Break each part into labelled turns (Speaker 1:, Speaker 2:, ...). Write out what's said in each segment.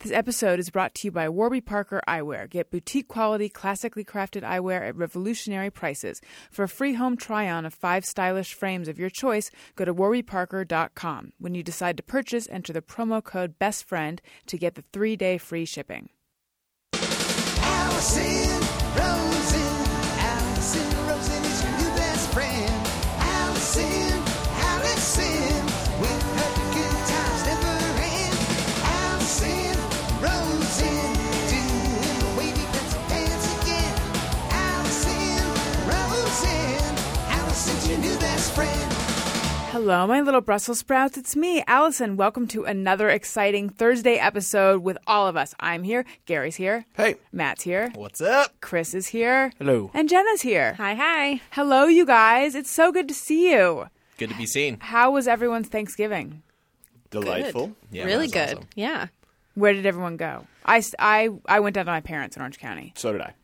Speaker 1: This episode is brought to you by Warby Parker Eyewear. Get boutique quality, classically crafted eyewear at revolutionary prices. For a free home try on of five stylish frames of your choice, go to warbyparker.com. When you decide to purchase, enter the promo code BESTFRIEND to get the three day free shipping.
Speaker 2: Allison Rosen, Allison Rosen is your new best friend. Allison, Allison, with her the good times never end. Allison Rosen, doing the wavy pencil dance again. Allison Rosen, Allison's your new best friend.
Speaker 1: Hello, my little Brussels sprouts. It's me, Allison. Welcome to another exciting Thursday episode with all of us. I'm here. Gary's here.
Speaker 3: Hey.
Speaker 1: Matt's here.
Speaker 3: What's up?
Speaker 1: Chris is here.
Speaker 3: Hello.
Speaker 1: And Jenna's here.
Speaker 4: Hi, hi.
Speaker 1: Hello, you guys. It's so good to see you.
Speaker 3: Good to be seen.
Speaker 1: How was everyone's Thanksgiving?
Speaker 3: Delightful.
Speaker 4: Good.
Speaker 3: Yeah,
Speaker 4: really
Speaker 3: mine's
Speaker 4: good.
Speaker 3: awesome.
Speaker 4: Yeah.
Speaker 1: Where did everyone go? I, s- I, I went down to my parents in Orange County.
Speaker 5: So did I.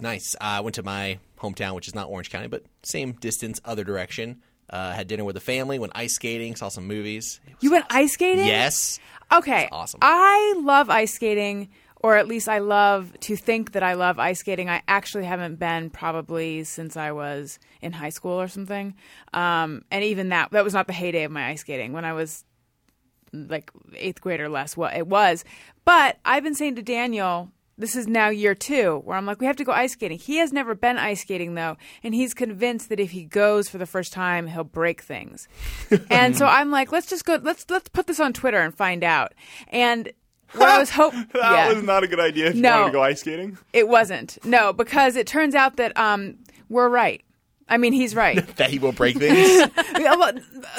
Speaker 3: Nice. Uh, I went to my hometown, which is not Orange County, but same distance, other direction. Uh, had dinner with the family, went ice skating, saw some movies.
Speaker 1: You went ice skating?
Speaker 3: Yes.
Speaker 1: Okay.
Speaker 3: It's awesome.
Speaker 1: I love ice skating, or at least I love to think that I love ice skating. I actually haven't been probably since I was in high school or something. Um, and even that, that was not the heyday of my ice skating. When I was like eighth grade or less, what it was. But I've been saying to Daniel, this is now year two, where I'm like, we have to go ice skating. He has never been ice skating though, and he's convinced that if he goes for the first time, he'll break things. and so I'm like, let's just go. Let's let's put this on Twitter and find out. And what I was hoping,
Speaker 5: That was not a good idea if you
Speaker 1: No.
Speaker 5: wanted to go ice skating.
Speaker 1: it wasn't. No, because it turns out that um, we're right. I mean, he's right.
Speaker 3: That he will break things.
Speaker 1: Yeah, well,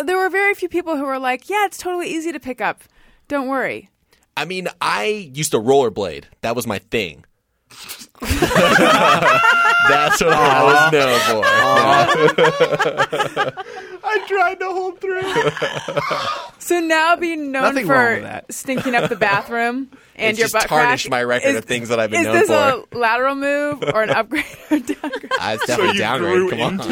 Speaker 1: there were very few people who were like, yeah, it's totally easy to pick up. Don't worry.
Speaker 3: I mean, I used to rollerblade. That was my thing. That's what I was known for.
Speaker 5: I tried to hold through.
Speaker 1: So now being known
Speaker 6: Nothing
Speaker 1: for
Speaker 6: wrong with that.
Speaker 1: stinking up the bathroom and
Speaker 3: It's
Speaker 1: your
Speaker 3: just
Speaker 1: butt
Speaker 3: tarnished
Speaker 1: crack
Speaker 3: my record
Speaker 1: is-
Speaker 3: of things that I've been
Speaker 1: is
Speaker 3: known
Speaker 1: this
Speaker 3: for.
Speaker 1: a lateral move or an upgrade or downgrade?
Speaker 3: I was definitely
Speaker 5: you
Speaker 3: downgrade.
Speaker 5: grew
Speaker 3: Come on.
Speaker 5: into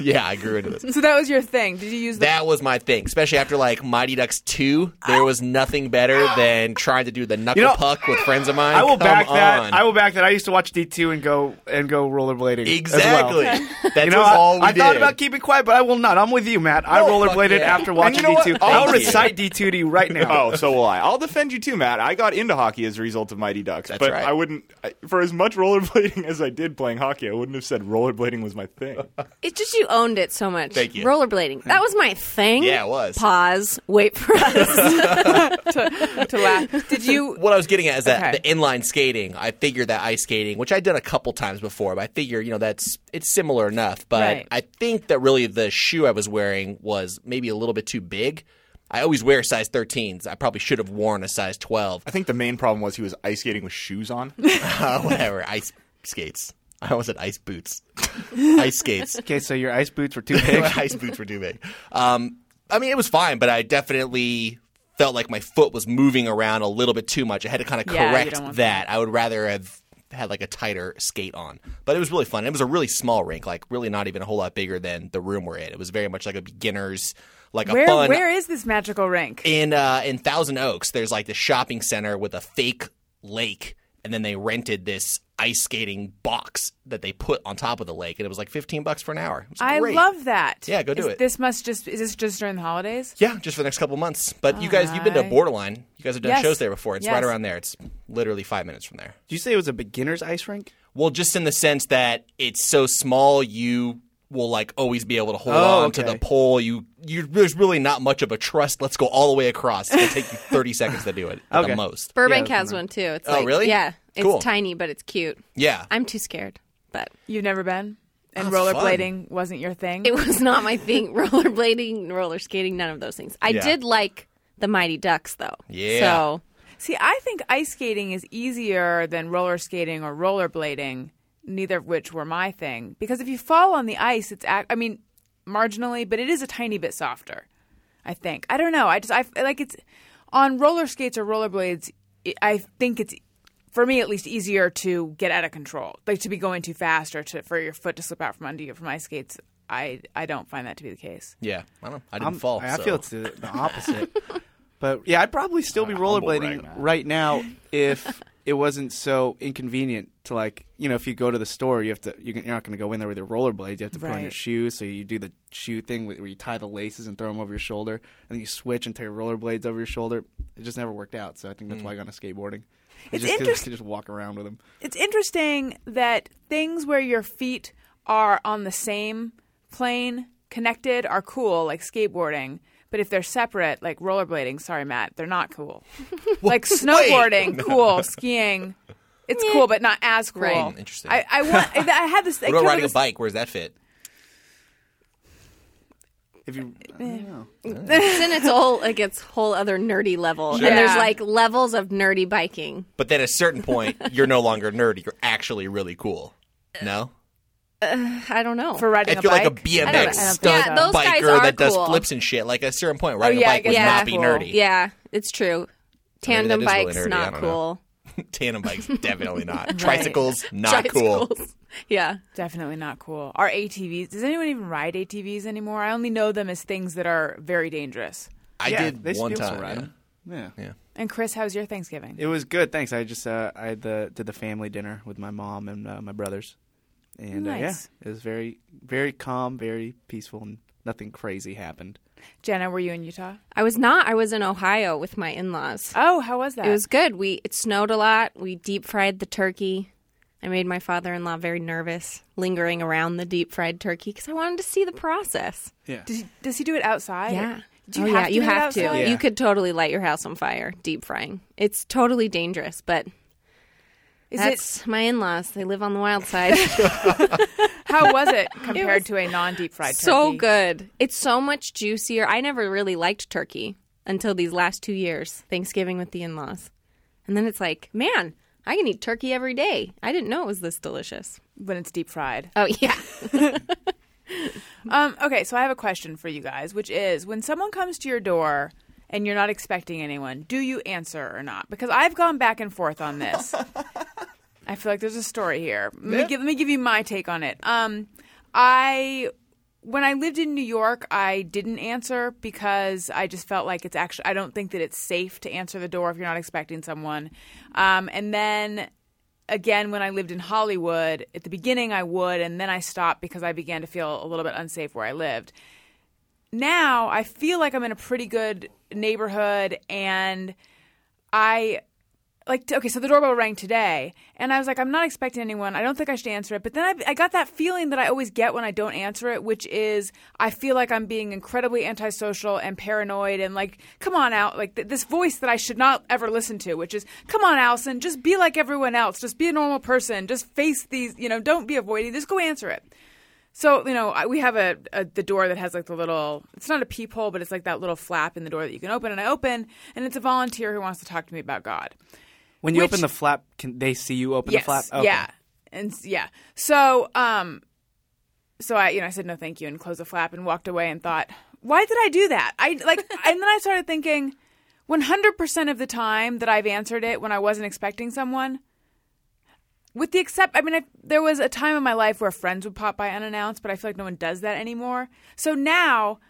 Speaker 3: Yeah, I grew into this.
Speaker 1: So that was your thing. Did you use the
Speaker 3: That was my thing, especially after like Mighty Ducks two. There was nothing better than trying to do the knuckle
Speaker 6: You know,
Speaker 3: puck with friends of mine.
Speaker 6: I will
Speaker 3: Come
Speaker 6: back
Speaker 3: on.
Speaker 6: that. I will back that. I used to watch D two and go and go rollerblading. as
Speaker 3: exactly.
Speaker 6: well.
Speaker 3: That's
Speaker 6: You know, I,
Speaker 3: all we
Speaker 6: I
Speaker 3: did.
Speaker 6: thought about keeping quiet, but I will not. I'm with you, Matt. I
Speaker 3: Oh, fuck
Speaker 6: rollerbladed
Speaker 3: yeah.
Speaker 6: after watching
Speaker 5: you know
Speaker 6: D
Speaker 5: what?
Speaker 6: two. I'll
Speaker 3: Thank you.
Speaker 6: recite D two to you right now.
Speaker 5: Oh, so will I. I'll defend you too, Matt. I got into hockey as a result of Mighty Ducks,
Speaker 3: That's
Speaker 5: but
Speaker 3: right.
Speaker 5: I wouldn't. I, for as much rollerblading as I did playing hockey, I wouldn't have said rollerblading was my thing.
Speaker 4: It's just you owned it so much.
Speaker 3: Thank you.
Speaker 4: Rollerblading. That was my thing.
Speaker 3: Yeah, it was.
Speaker 4: Pause. Wait for us.
Speaker 1: to laugh? Did you?
Speaker 3: what I was getting at is that
Speaker 1: Okay.
Speaker 3: the inline skating. I figured that ice skating, which I'd done a couple times before, but I figure you know that's it's similar enough. But
Speaker 1: Right.
Speaker 3: I think that really the shoe I was wearing was maybe a little bit too big. I always wear size 13s. I probably should have worn a size 12.
Speaker 5: I think the main problem was he was ice skating with shoes on.
Speaker 3: Uh, whatever. Ice skates. I almost said ice boots. ice skates.
Speaker 6: Okay, so your ice boots were too big.
Speaker 3: My ice boots were too big. Um, I mean, it was fine, but I definitely felt like my foot was moving around a little bit too much. I had to kind of
Speaker 1: Yeah, you
Speaker 3: correct
Speaker 1: don't
Speaker 3: that.
Speaker 1: want
Speaker 3: I would rather have had like a tighter skate on. But it was really fun. It was a really small rink, like really not even a whole lot bigger than the room we're in. It was very much like a beginner's, like a
Speaker 1: Where
Speaker 3: fun
Speaker 1: where is this magical rink?
Speaker 3: in uh, in Thousand Oaks, there's like the shopping center with a fake lake, and then they rented this ice skating box that they put on top of the lake, and it was like fifteen bucks for an hour. It was
Speaker 1: I
Speaker 3: great.
Speaker 1: love that.
Speaker 3: Yeah, go do
Speaker 1: Is-
Speaker 3: it.
Speaker 1: This must just is this just during the holidays?
Speaker 3: Yeah, just for the next couple months. But you guys, you've been to
Speaker 1: Alright.
Speaker 3: Borderline. You guys have done
Speaker 1: Yes.
Speaker 3: shows there before. It's
Speaker 1: Yes.
Speaker 3: right around there. It's literally five minutes from there.
Speaker 6: Did you say it was a beginner's ice rink?
Speaker 3: Well, just in the sense that it's so small, you will like always be able to hold
Speaker 6: Oh,
Speaker 3: on to
Speaker 6: okay.
Speaker 3: the pole. You, you, there's really not much of a trust. Let's go all the way across. It'll take you thirty seconds to do it at
Speaker 6: Okay.
Speaker 3: the most.
Speaker 4: Burbank
Speaker 6: Yeah,
Speaker 4: has one too. It's
Speaker 3: Oh,
Speaker 4: like,
Speaker 3: really?
Speaker 4: Yeah. It's
Speaker 3: Cool.
Speaker 4: tiny, but it's cute.
Speaker 3: Yeah,
Speaker 4: I'm too scared. But
Speaker 1: You've never been, and
Speaker 3: Oh, it's
Speaker 1: rollerblading wasn't your thing.
Speaker 4: it was not my thing. Rollerblading, roller skating, none of those things. I
Speaker 3: Yeah.
Speaker 4: did like the Mighty Ducks though.
Speaker 3: Yeah.
Speaker 4: So
Speaker 1: See, I think ice skating is easier than roller skating or rollerblading, neither of which were my thing. Because if you fall on the ice, it's ac- I mean, marginally, but it is a tiny bit softer. I think. I don't know. I just I like it's on roller skates or rollerblades. I- I think it's for me at least easier to get out of control, like to be going too fast or to for your foot to slip out from under you from ice skates. I I don't find that to be the case.
Speaker 3: Yeah, I don't. know. I didn't
Speaker 6: I'm-
Speaker 3: fall.
Speaker 6: I
Speaker 3: so.
Speaker 6: feel it's the, the opposite. but yeah, I'd probably still be
Speaker 5: humble
Speaker 6: rollerblading
Speaker 5: brag, man.
Speaker 6: right now if it wasn't so inconvenient to like you know if you go to the store you have to you can, you're not going to go in there with your rollerblades you have to put on your
Speaker 1: Right.
Speaker 6: shoes so you do the shoe thing where you tie the laces and throw them over your shoulder and then you switch and tie your rollerblades over your shoulder it just never worked out so I think that's why I got into skateboarding
Speaker 1: It's
Speaker 6: just 'cause
Speaker 1: interest-
Speaker 6: you just walk around with them
Speaker 1: It's interesting that things where your feet are on the same plane connected are cool, like skateboarding. But if they're separate, like rollerblading, sorry, Matt, they're not cool. like snowboarding, cool. Skiing, it's cool, but not as cool.
Speaker 4: Right.
Speaker 3: Interesting.
Speaker 1: I, I, want, I had this. I
Speaker 3: What about
Speaker 1: came up
Speaker 3: riding a
Speaker 1: with
Speaker 3: bike? Where's that fit?
Speaker 6: if you
Speaker 1: Eh.
Speaker 6: I don't know.
Speaker 4: Then it's all like it's whole other nerdy level, and there's
Speaker 1: Yeah.
Speaker 4: like levels of nerdy biking.
Speaker 3: But then at a certain point, you're no longer nerdy. You're actually really cool. No,
Speaker 4: I don't know.
Speaker 1: this for Uh, riding
Speaker 3: if
Speaker 1: a
Speaker 3: you're like a
Speaker 1: bike. I don't- I don't
Speaker 3: BMX
Speaker 1: think
Speaker 3: stunt
Speaker 4: Yeah,
Speaker 1: so.
Speaker 4: those guys
Speaker 3: biker
Speaker 4: are
Speaker 3: that does
Speaker 4: cool.
Speaker 3: flips and shit, like at a certain point, riding
Speaker 1: Oh, yeah, I
Speaker 3: a bike
Speaker 1: guess
Speaker 3: would
Speaker 4: that's
Speaker 3: not be
Speaker 1: cool.
Speaker 3: nerdy.
Speaker 4: yeah, it's true. Tandem
Speaker 3: that is really
Speaker 4: bikes
Speaker 3: nerdy. I
Speaker 4: not
Speaker 3: don't know.
Speaker 4: cool.
Speaker 3: Tandem bikes, definitely not. Tricycles, not cool.
Speaker 4: Tricycles. yeah,
Speaker 1: Definitely not cool. Are ATVs? Does anyone even ride ATVs anymore? I only know them as things that are very dangerous.
Speaker 3: I
Speaker 6: Yeah,
Speaker 3: did
Speaker 6: they
Speaker 3: one
Speaker 6: still
Speaker 3: time.
Speaker 6: ride
Speaker 3: yeah.
Speaker 6: 'em. yeah.
Speaker 1: And Chris, how's your Thanksgiving?
Speaker 6: It was good, thanks. I just uh, I had the did the family dinner with my mom and uh, my brothers, and uh,
Speaker 1: Nice.
Speaker 6: yeah, it was very very calm, very peaceful, and nothing crazy happened.
Speaker 1: Jenna, were you in Utah?
Speaker 4: I was not. I was in Ohio with my in-laws.
Speaker 1: Oh, how was that?
Speaker 4: It was good. We it snowed a lot. We deep fried the turkey. I made my father-in-law very nervous, lingering around the deep fried turkey because I wanted to see the process.
Speaker 6: Yeah,
Speaker 1: Does he, does he do it outside?
Speaker 4: Yeah.
Speaker 1: Do you
Speaker 4: oh,
Speaker 1: have
Speaker 4: yeah,
Speaker 1: to
Speaker 4: you
Speaker 1: do it
Speaker 4: have to.
Speaker 1: outside?
Speaker 6: Yeah.
Speaker 4: You could totally light your house on fire deep frying. It's totally dangerous, but
Speaker 1: Is it,
Speaker 4: that's my in-laws. They live on the wild side.
Speaker 1: how was it compared to a non deep fried turkey?
Speaker 4: so good. It's so much juicier. I never really liked turkey until these last 2 years, Thanksgiving with the in-laws. And then it's like, man, I can eat turkey every day. I didn't know it was this delicious.
Speaker 1: when it's deep fried.
Speaker 4: Oh yeah.
Speaker 1: Um, okay, so I have a question for you guys, which is when someone comes to your door and you're not expecting anyone, do you answer or not? Because I've gone back and forth on this. I feel like there's a story here. Let me give, let me give you my take on it. Um, I when I lived in New York, I didn't answer because I just felt like it's actually I don't think that it's safe to answer the door if you're not expecting someone. Um, and then again, when I lived in Hollywood, at the beginning I would, and then I stopped because I began to feel a little bit unsafe where I lived. Now I feel like I'm in a pretty good neighborhood, and I like t- okay so the doorbell rang today and i was like i'm not expecting anyone i don't think i should answer it but then I, I got that feeling that i always get when i don't answer it which is i feel like i'm being incredibly antisocial and paranoid and like come on out like th- this voice that i should not ever listen to which is come on allison just be like everyone else just be a normal person just face these you know don't be avoiding just go answer it so you know, I, we have a, a the door that has like the little. It's not a peephole, but it's like that little flap in the door that you can open. And I open, and it's a volunteer who wants to talk to me about God.
Speaker 6: when you
Speaker 1: Which-
Speaker 6: open the flap, can they see you open
Speaker 1: yes,
Speaker 6: the flap? Okay.
Speaker 1: yeah, and s- yeah. So um, so I you know I said no thank you and closed the flap and walked away and thought why did I do that? I like and then I started thinking, one hundred percent of the time that I've answered it when I wasn't expecting someone, with the except i mean I, there was a time in my life where friends would pop by unannounced but i feel like no one does that anymore so now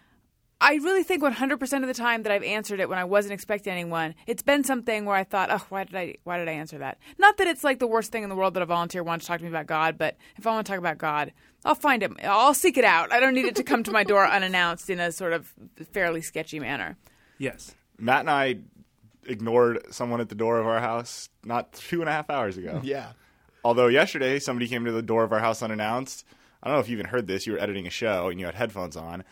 Speaker 1: i really think 100% of the time that i've answered it when i wasn't expecting anyone it's been something where i thought oh why did i why did i answer that not that it's like the worst thing in the world that a volunteer wants to talk to me about god but if i want to talk about god i'll find it i'll seek it out i don't need it to come to my door unannounced in a sort of fairly sketchy manner
Speaker 6: Yes.
Speaker 5: Matt and I ignored someone at the door of our house not two and a half hours ago.
Speaker 3: Yeah.
Speaker 5: Although yesterday somebody came to the door of our house unannounced. I don't know if you even heard this. You were editing a show and you had headphones on,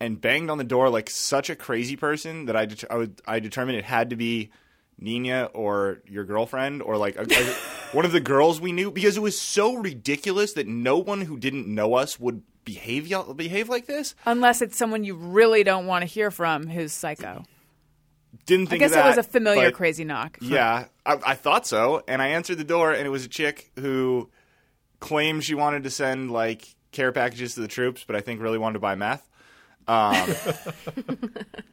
Speaker 5: and banged on the door like such a crazy person that I det- I, would, I determined it had to be Nina or your girlfriend or like a, a- one of the girls we knew because it was so ridiculous that no one who didn't know us would behave y- behave like this.
Speaker 1: unless it's someone you really don't want to hear from who's psycho
Speaker 5: Didn't
Speaker 1: i
Speaker 5: think.
Speaker 1: guess
Speaker 5: of that,
Speaker 1: it was a familiar
Speaker 5: but-
Speaker 1: crazy knock
Speaker 5: Yeah, I, I thought so. And I answered the door, and it was a chick who claimed she wanted to send like care packages to the troops, but I think really wanted to buy meth. Um,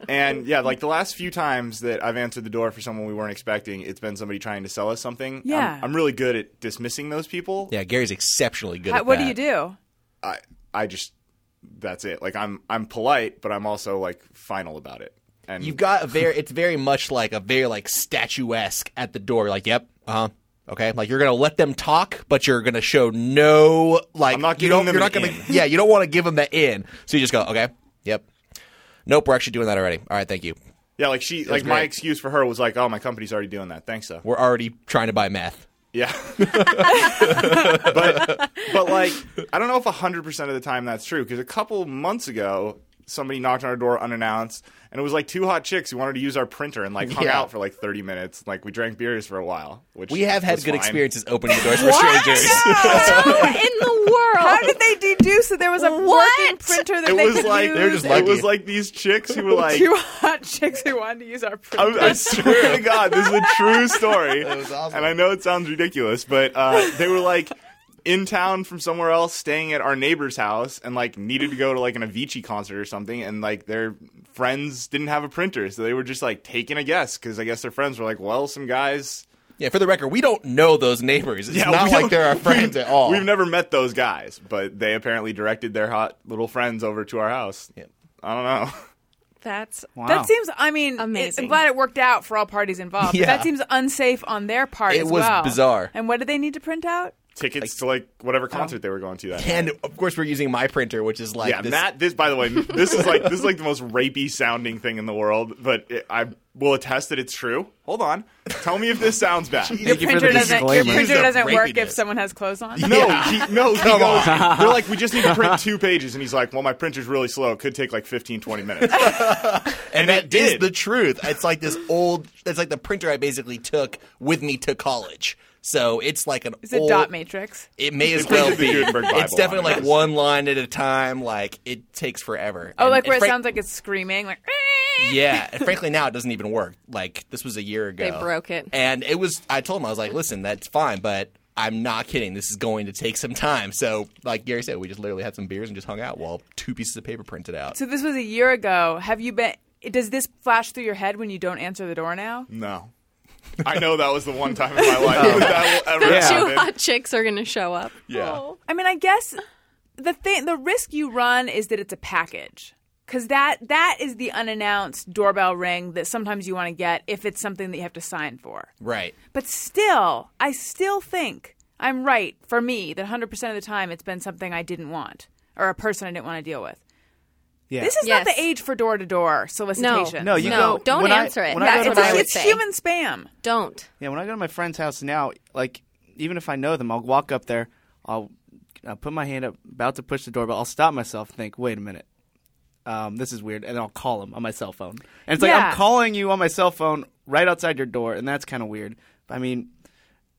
Speaker 5: And yeah, like the last few times that I've answered the door for someone we weren't expecting, it's been somebody trying to sell us something. I'm-
Speaker 1: Yeah.
Speaker 5: I'm, really good at dismissing those people.
Speaker 3: Yeah, Gary's exceptionally good
Speaker 1: Uh,
Speaker 3: at
Speaker 1: what
Speaker 3: that.
Speaker 1: do you do?
Speaker 5: I I just that's it. Like I'm I'm polite, but I'm also like final about it. And
Speaker 3: You've got a very it's very much like a very like statuesque at the door, like, yep, uh huh. Okay, like you're gonna let them talk, but you're gonna show no like
Speaker 5: I'm not
Speaker 3: you
Speaker 5: giving
Speaker 3: don't,
Speaker 5: them
Speaker 3: you're not
Speaker 5: an
Speaker 3: gonna
Speaker 5: in.
Speaker 3: yeah you don't want to give them the in, so you just go okay, yep, nope, we're actually doing that already. All right, thank you.
Speaker 5: yeah, like she like my
Speaker 3: great.
Speaker 5: excuse for her was like, "Oh, my company's already doing that. Thanks, though."
Speaker 3: We're already trying to buy meth.
Speaker 5: Yeah. but but like I don't know if 100% of the time that's true cuz a couple months ago somebody knocked on our door unannounced and it was like two hot chicks who wanted to use our printer and like hung
Speaker 3: Yeah.
Speaker 5: out for like 30 minutes. Like we drank beers for a while, which
Speaker 3: We have had
Speaker 5: was
Speaker 3: good
Speaker 5: fine.
Speaker 3: experiences opening the doors for strangers.
Speaker 4: How in the
Speaker 1: How
Speaker 4: world?
Speaker 1: did they deduce that there was a working
Speaker 4: What?
Speaker 1: printer that
Speaker 5: It
Speaker 1: they
Speaker 5: was
Speaker 1: could
Speaker 5: like
Speaker 1: use?
Speaker 3: They're just
Speaker 5: it was like these chicks who were like
Speaker 1: two hot chicks who wanted to use
Speaker 3: Oh,
Speaker 1: our printer.
Speaker 5: I, I swear to God, this is a true story. And I know it sounds ridiculous, but uh, they were like in town from somewhere else, staying at our neighbor's house, and like needed to go to like an Avicii concert or something. And like their friends didn't have a printer, so they were just like taking a guess because I guess their friends were like, "Well, some guys."
Speaker 3: yeah, for the record, we don't know those neighbors. It's
Speaker 5: Yeah,
Speaker 3: not
Speaker 5: we
Speaker 3: like
Speaker 5: don't-
Speaker 3: they're our friends at all.
Speaker 5: We've never met those guys, but they apparently directed their hot little friends over to our house.
Speaker 3: Yep.
Speaker 5: I don't know.
Speaker 4: That's
Speaker 6: Wow.
Speaker 1: That seems, I mean, it-
Speaker 4: Amazing.
Speaker 1: I'm glad it worked out for all parties involved. but
Speaker 3: Yeah.
Speaker 1: That seems unsafe on their part.
Speaker 3: It
Speaker 1: as
Speaker 3: was
Speaker 1: well.
Speaker 3: bizarre.
Speaker 1: And what did they need to print out?
Speaker 5: Tickets to like whatever concert they were going to that. night.
Speaker 3: and of course, we're using my printer, which is like
Speaker 5: yeah,
Speaker 3: this,
Speaker 5: Matt. This, by the way, this is like this is like the most rapey sounding thing in the world, but it, I will attest that it's true. Hold on, tell me if this sounds bad.
Speaker 1: Your
Speaker 6: you for the
Speaker 1: printer doesn't, your
Speaker 6: disclaimer.
Speaker 1: printer
Speaker 3: Use the
Speaker 1: doesn't work if
Speaker 3: rapiness.
Speaker 1: someone has clothes on.
Speaker 5: No, he, no, he goes, they're like, we just need to print two pages, and he's like, well, my printer's really slow. It could take like 15, 20 minutes.
Speaker 3: and that
Speaker 5: it
Speaker 3: is
Speaker 5: did.
Speaker 3: the truth. It's like this old. It's like the printer I basically took with me to college. So it's like an
Speaker 1: It's a
Speaker 3: old,
Speaker 1: dot matrix.
Speaker 3: It may as
Speaker 5: They printed
Speaker 3: well
Speaker 5: the
Speaker 3: be.
Speaker 5: Gutenberg Bible
Speaker 3: It's definitely
Speaker 5: on it.
Speaker 3: like one line at a time. Like it takes forever.
Speaker 1: Oh,
Speaker 3: And-
Speaker 1: like where it
Speaker 3: and frank-
Speaker 1: sounds like it's screaming, like.
Speaker 3: Yeah, and frankly, now it doesn't even work. Like this was a year ago.
Speaker 4: They broke it.
Speaker 3: and it was. I told him I was like, "Listen, that's fine, but I'm not kidding. This is going to take some time." So, like Gary said, we just literally had some beers and just hung out while two pieces of paper printed out.
Speaker 1: So this was a year ago. Have you been? Does this flash through your head when you don't answer the door now?
Speaker 5: no, I know that was the one time in my life that, that will ever
Speaker 6: Yeah.
Speaker 4: two
Speaker 5: happen.
Speaker 4: hot chicks are gonna show up.
Speaker 5: Yeah.
Speaker 1: I mean, I guess the thing, the risk you run is that it's a package. Because that, that is the unannounced doorbell ring that sometimes you want to get if it's something that you have to sign for.
Speaker 3: right.
Speaker 1: But still, I still think I'm right for me that 100% of the time it's been something I didn't want or a person I didn't want to deal with.
Speaker 6: Yeah.
Speaker 1: This is not
Speaker 4: Yes.
Speaker 1: the age for door to door solicitation.
Speaker 6: No, you
Speaker 4: No,
Speaker 6: go-
Speaker 4: don't
Speaker 6: when I-
Speaker 4: answer it.
Speaker 6: when I
Speaker 4: That's
Speaker 6: go
Speaker 1: it's,
Speaker 4: what I would
Speaker 1: it's
Speaker 4: say.
Speaker 1: human spam.
Speaker 4: Don't.
Speaker 6: Yeah, when I go to my friend's house now, like even if I know them, I'll walk up there, I'll, I'll put my hand up, about to push the door, but I'll stop myself and think, wait a minute, um, this is weird, and I'll call them on my cell phone. And it's like
Speaker 1: Yeah.
Speaker 6: I'm calling you on my cell phone right outside your door, and that's kind of weird. I mean.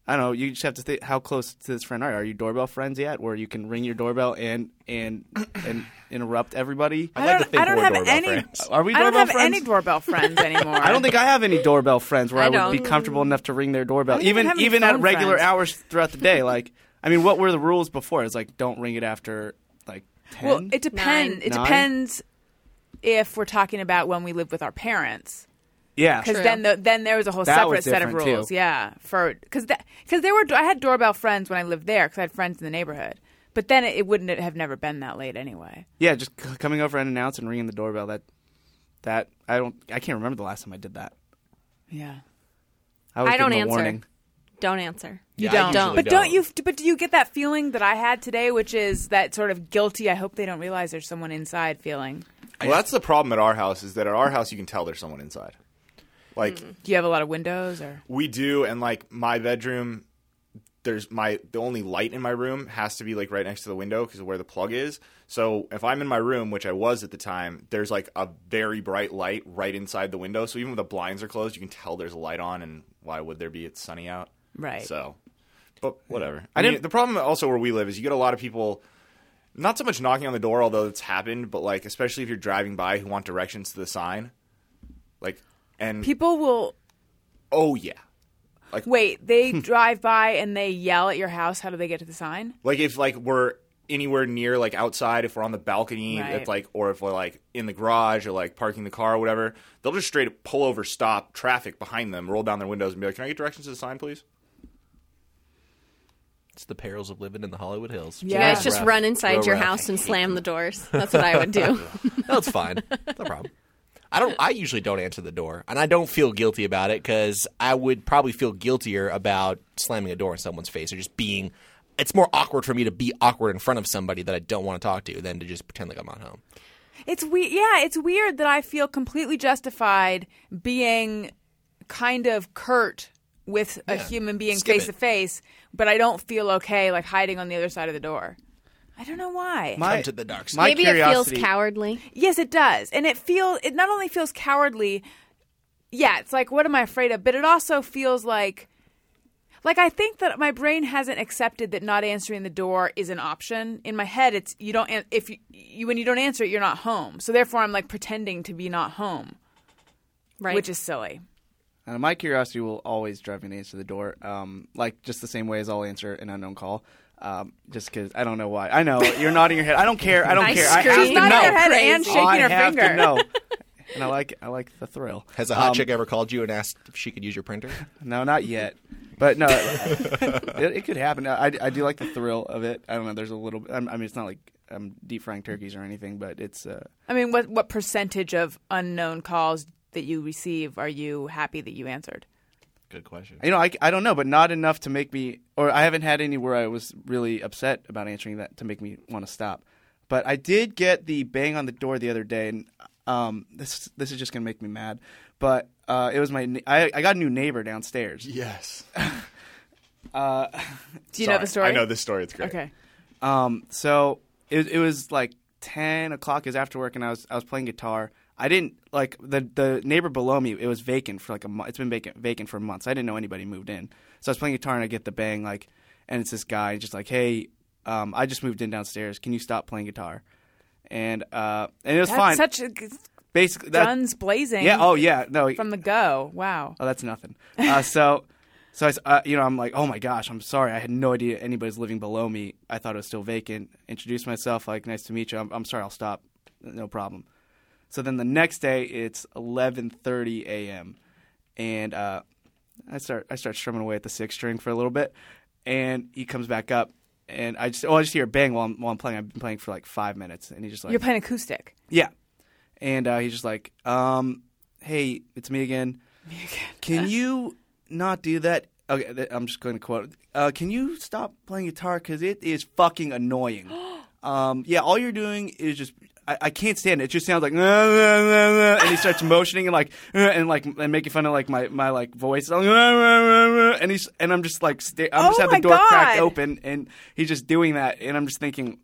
Speaker 6: I don't know. You just have to think how close to this friend are. you? Are you doorbell friends yet, where you can ring your doorbell and and and interrupt everybody?
Speaker 3: I like to
Speaker 1: don't-
Speaker 3: think
Speaker 1: I don't
Speaker 3: we're
Speaker 1: have
Speaker 3: doorbell
Speaker 1: any-
Speaker 3: friends.
Speaker 6: Are we
Speaker 1: I don't
Speaker 6: doorbell
Speaker 1: have
Speaker 6: friends?
Speaker 1: any doorbell friends anymore.
Speaker 6: I don't think I have any doorbell friends where
Speaker 4: I
Speaker 6: I, would be
Speaker 4: don't.
Speaker 6: comfortable enough to ring their doorbell,
Speaker 1: don't even
Speaker 6: even
Speaker 1: have any
Speaker 6: even at
Speaker 1: phone
Speaker 6: regular
Speaker 1: friends.
Speaker 6: hours throughout the day. Like, I mean, what were the rules before? It's like don't ring it after like ten.
Speaker 1: Well, it depends.
Speaker 4: Nine.
Speaker 1: It
Speaker 6: Nine?
Speaker 1: depends if we're talking about when we lived with our parents,
Speaker 6: yeah,
Speaker 1: because then the, then there was a whole
Speaker 6: That
Speaker 1: separate
Speaker 6: was
Speaker 1: set of
Speaker 6: different, too.
Speaker 1: rules. Yeah, for because because there were I had doorbell friends when I lived there because I had friends in the neighborhood. But then it, it wouldn't have never been that late anyway.
Speaker 6: yeah, just c- coming over unannounced and ringing the doorbell. That that I don't. I can't remember the last time I did that.
Speaker 1: Yeah,
Speaker 6: I, always
Speaker 4: I
Speaker 6: give
Speaker 4: don't
Speaker 6: them a
Speaker 4: answer.
Speaker 6: warning.
Speaker 4: Don't answer.
Speaker 1: you
Speaker 3: Yeah, I
Speaker 1: don't.
Speaker 3: usually
Speaker 1: But don't you? But do you get that feeling that I had today, which is that sort of guilty? I hope they don't realize there's someone inside feeling.
Speaker 5: Well, that's the problem at our house is that at our house you can tell there's someone inside. Like
Speaker 1: Do you have a lot of windows or?
Speaker 5: We do, and like my bedroom, there's my the only light in my room has to be like right next to the window because of where the plug is. So if I'm in my room, which I was at the time, there's like a very bright light right inside the window. So even when the blinds are closed, you can tell there's a light on, and why would there be? It's sunny out,
Speaker 1: Right.
Speaker 5: So, but whatever. I mean,
Speaker 6: didn't-
Speaker 5: the problem also where we live is you get a lot of people. Not so much knocking on the door, although it's happened, but like especially if you're driving by, who want directions to the sign, like and
Speaker 1: People will
Speaker 5: oh yeah,
Speaker 1: wait. They drive by and they yell at your house. How do they get to the sign?
Speaker 5: Like if like we're anywhere near like outside if we're on the balcony
Speaker 1: Right.
Speaker 5: if, like or if we're like in the garage or like parking the car or whatever they'll just straight up pull over stop traffic behind them roll down their windows and be like can i get directions to the sign please
Speaker 3: It's the perils of living in the Hollywood Hills.
Speaker 1: Yeah.
Speaker 4: You guys just run inside
Speaker 3: Real
Speaker 4: your
Speaker 3: rough.
Speaker 4: house and slam the doors. That's what I would do.
Speaker 3: That's fine. No problem. I don't. I usually don't answer the door, and I don't feel guilty about it because I would probably feel guiltier about slamming a door in someone's face or just being. It's more awkward for me to be awkward in front of somebody that I don't want to talk to than to just pretend like I'm not home.
Speaker 1: It's we yeah, it's weird that I feel completely justified being kind of curt with a human being
Speaker 3: Skip
Speaker 1: face
Speaker 3: it.
Speaker 1: to face, but I don't feel okay like hiding on the other side of the door. I don't know why.
Speaker 3: Come to the dark side.
Speaker 6: my
Speaker 4: Maybe it feels
Speaker 6: curiosity,
Speaker 4: cowardly.
Speaker 1: yes, it does. And it feel it not only feels cowardly, yeah, it's like what am I afraid of, but it also feels like like I think that my brain hasn't accepted that not answering the door is an option. In my head, it's you don't an- if you, you when you don't answer it, you're not home. So therefore, I'm like pretending to be not home.
Speaker 4: Right.
Speaker 1: which is silly.
Speaker 6: Uh, my curiosity will always drive me to answer the door, um, like just the same way as I'll answer an unknown call. Um, just because I don't know why. I know you're nodding your head. I don't care. I don't
Speaker 4: I
Speaker 6: care. I
Speaker 4: scream.
Speaker 6: have
Speaker 4: She's
Speaker 6: to
Speaker 4: nodding
Speaker 6: know.
Speaker 4: her head and
Speaker 1: shaking
Speaker 6: I
Speaker 1: her
Speaker 6: have
Speaker 1: finger.
Speaker 6: To know. And I like I like the thrill.
Speaker 3: Has a hot
Speaker 6: Um,
Speaker 3: chick ever called you and asked if she could use your printer?
Speaker 6: No, not yet. But no, it, it could happen. I, I do like the thrill of it. I don't know. There's a little. I mean, it's not like I'm deep frying turkeys or anything, but it's. Uh,
Speaker 1: I mean, what what percentage of unknown calls that you receive are you happy that you answered?
Speaker 3: Good question.
Speaker 6: You know, I, I don't know, but not enough to make me, or I haven't had any where I was really upset about answering that to make me want to stop. But I did get the bang on the door the other day, and um, this this is just gonna make me mad. But uh, it was my ne- I, I got a new neighbor downstairs.
Speaker 5: yes
Speaker 1: Do you know the story?
Speaker 5: i know this story it's great
Speaker 1: Okay.
Speaker 6: Um, so it, it was like ten o'clock is after work, and I was I was playing guitar. I didn't like the the neighbor below me. It was vacant for like a month. It's been vacant vacant for months. I didn't know anybody moved in. So I was playing guitar, and I get the bang like, and it's this guy just like, hey, um, I just moved in downstairs. Can you stop playing guitar? And uh, and it was
Speaker 1: That's
Speaker 6: fine.
Speaker 1: such a,
Speaker 6: Basically, that,
Speaker 1: guns blazing.
Speaker 6: yeah. Oh yeah. No.
Speaker 1: From the go. Wow.
Speaker 6: Oh, that's nothing. Uh, so, so I, s- uh, you know, I'm like, oh my gosh, I'm sorry, I had no idea anybody's living below me. I thought it was still vacant. Introduced myself, like, nice to meet you. I'm, I'm sorry, I'll stop, no problem. So then the next day, it's 11:30 a.m. and uh, I start I start strumming away at the sixth string for a little bit, and he comes back up. And I just, oh, I just hear a bang while I'm, while I'm playing. I've been playing for like five minutes, and he just like,
Speaker 1: You're playing acoustic.
Speaker 6: yeah. And uh, he's just like, um, hey, it's me again. Can you not do that? Okay, th- I'm just going to quote. Uh, can you stop playing guitar? Because it is fucking annoying. um, yeah, all you're doing is just. I, I can't stand it. It just sounds like, "Nah, nah, nah, nah," and he starts motioning and like, "Uh," and like, and making fun of like my, my like voice, Like, "Nah, nah, nah, nah," and he's and I'm just like, sta- I'm
Speaker 1: Oh
Speaker 6: just have the
Speaker 1: my
Speaker 6: door cracked
Speaker 1: God.
Speaker 6: open, and he's just doing that, and I'm just thinking,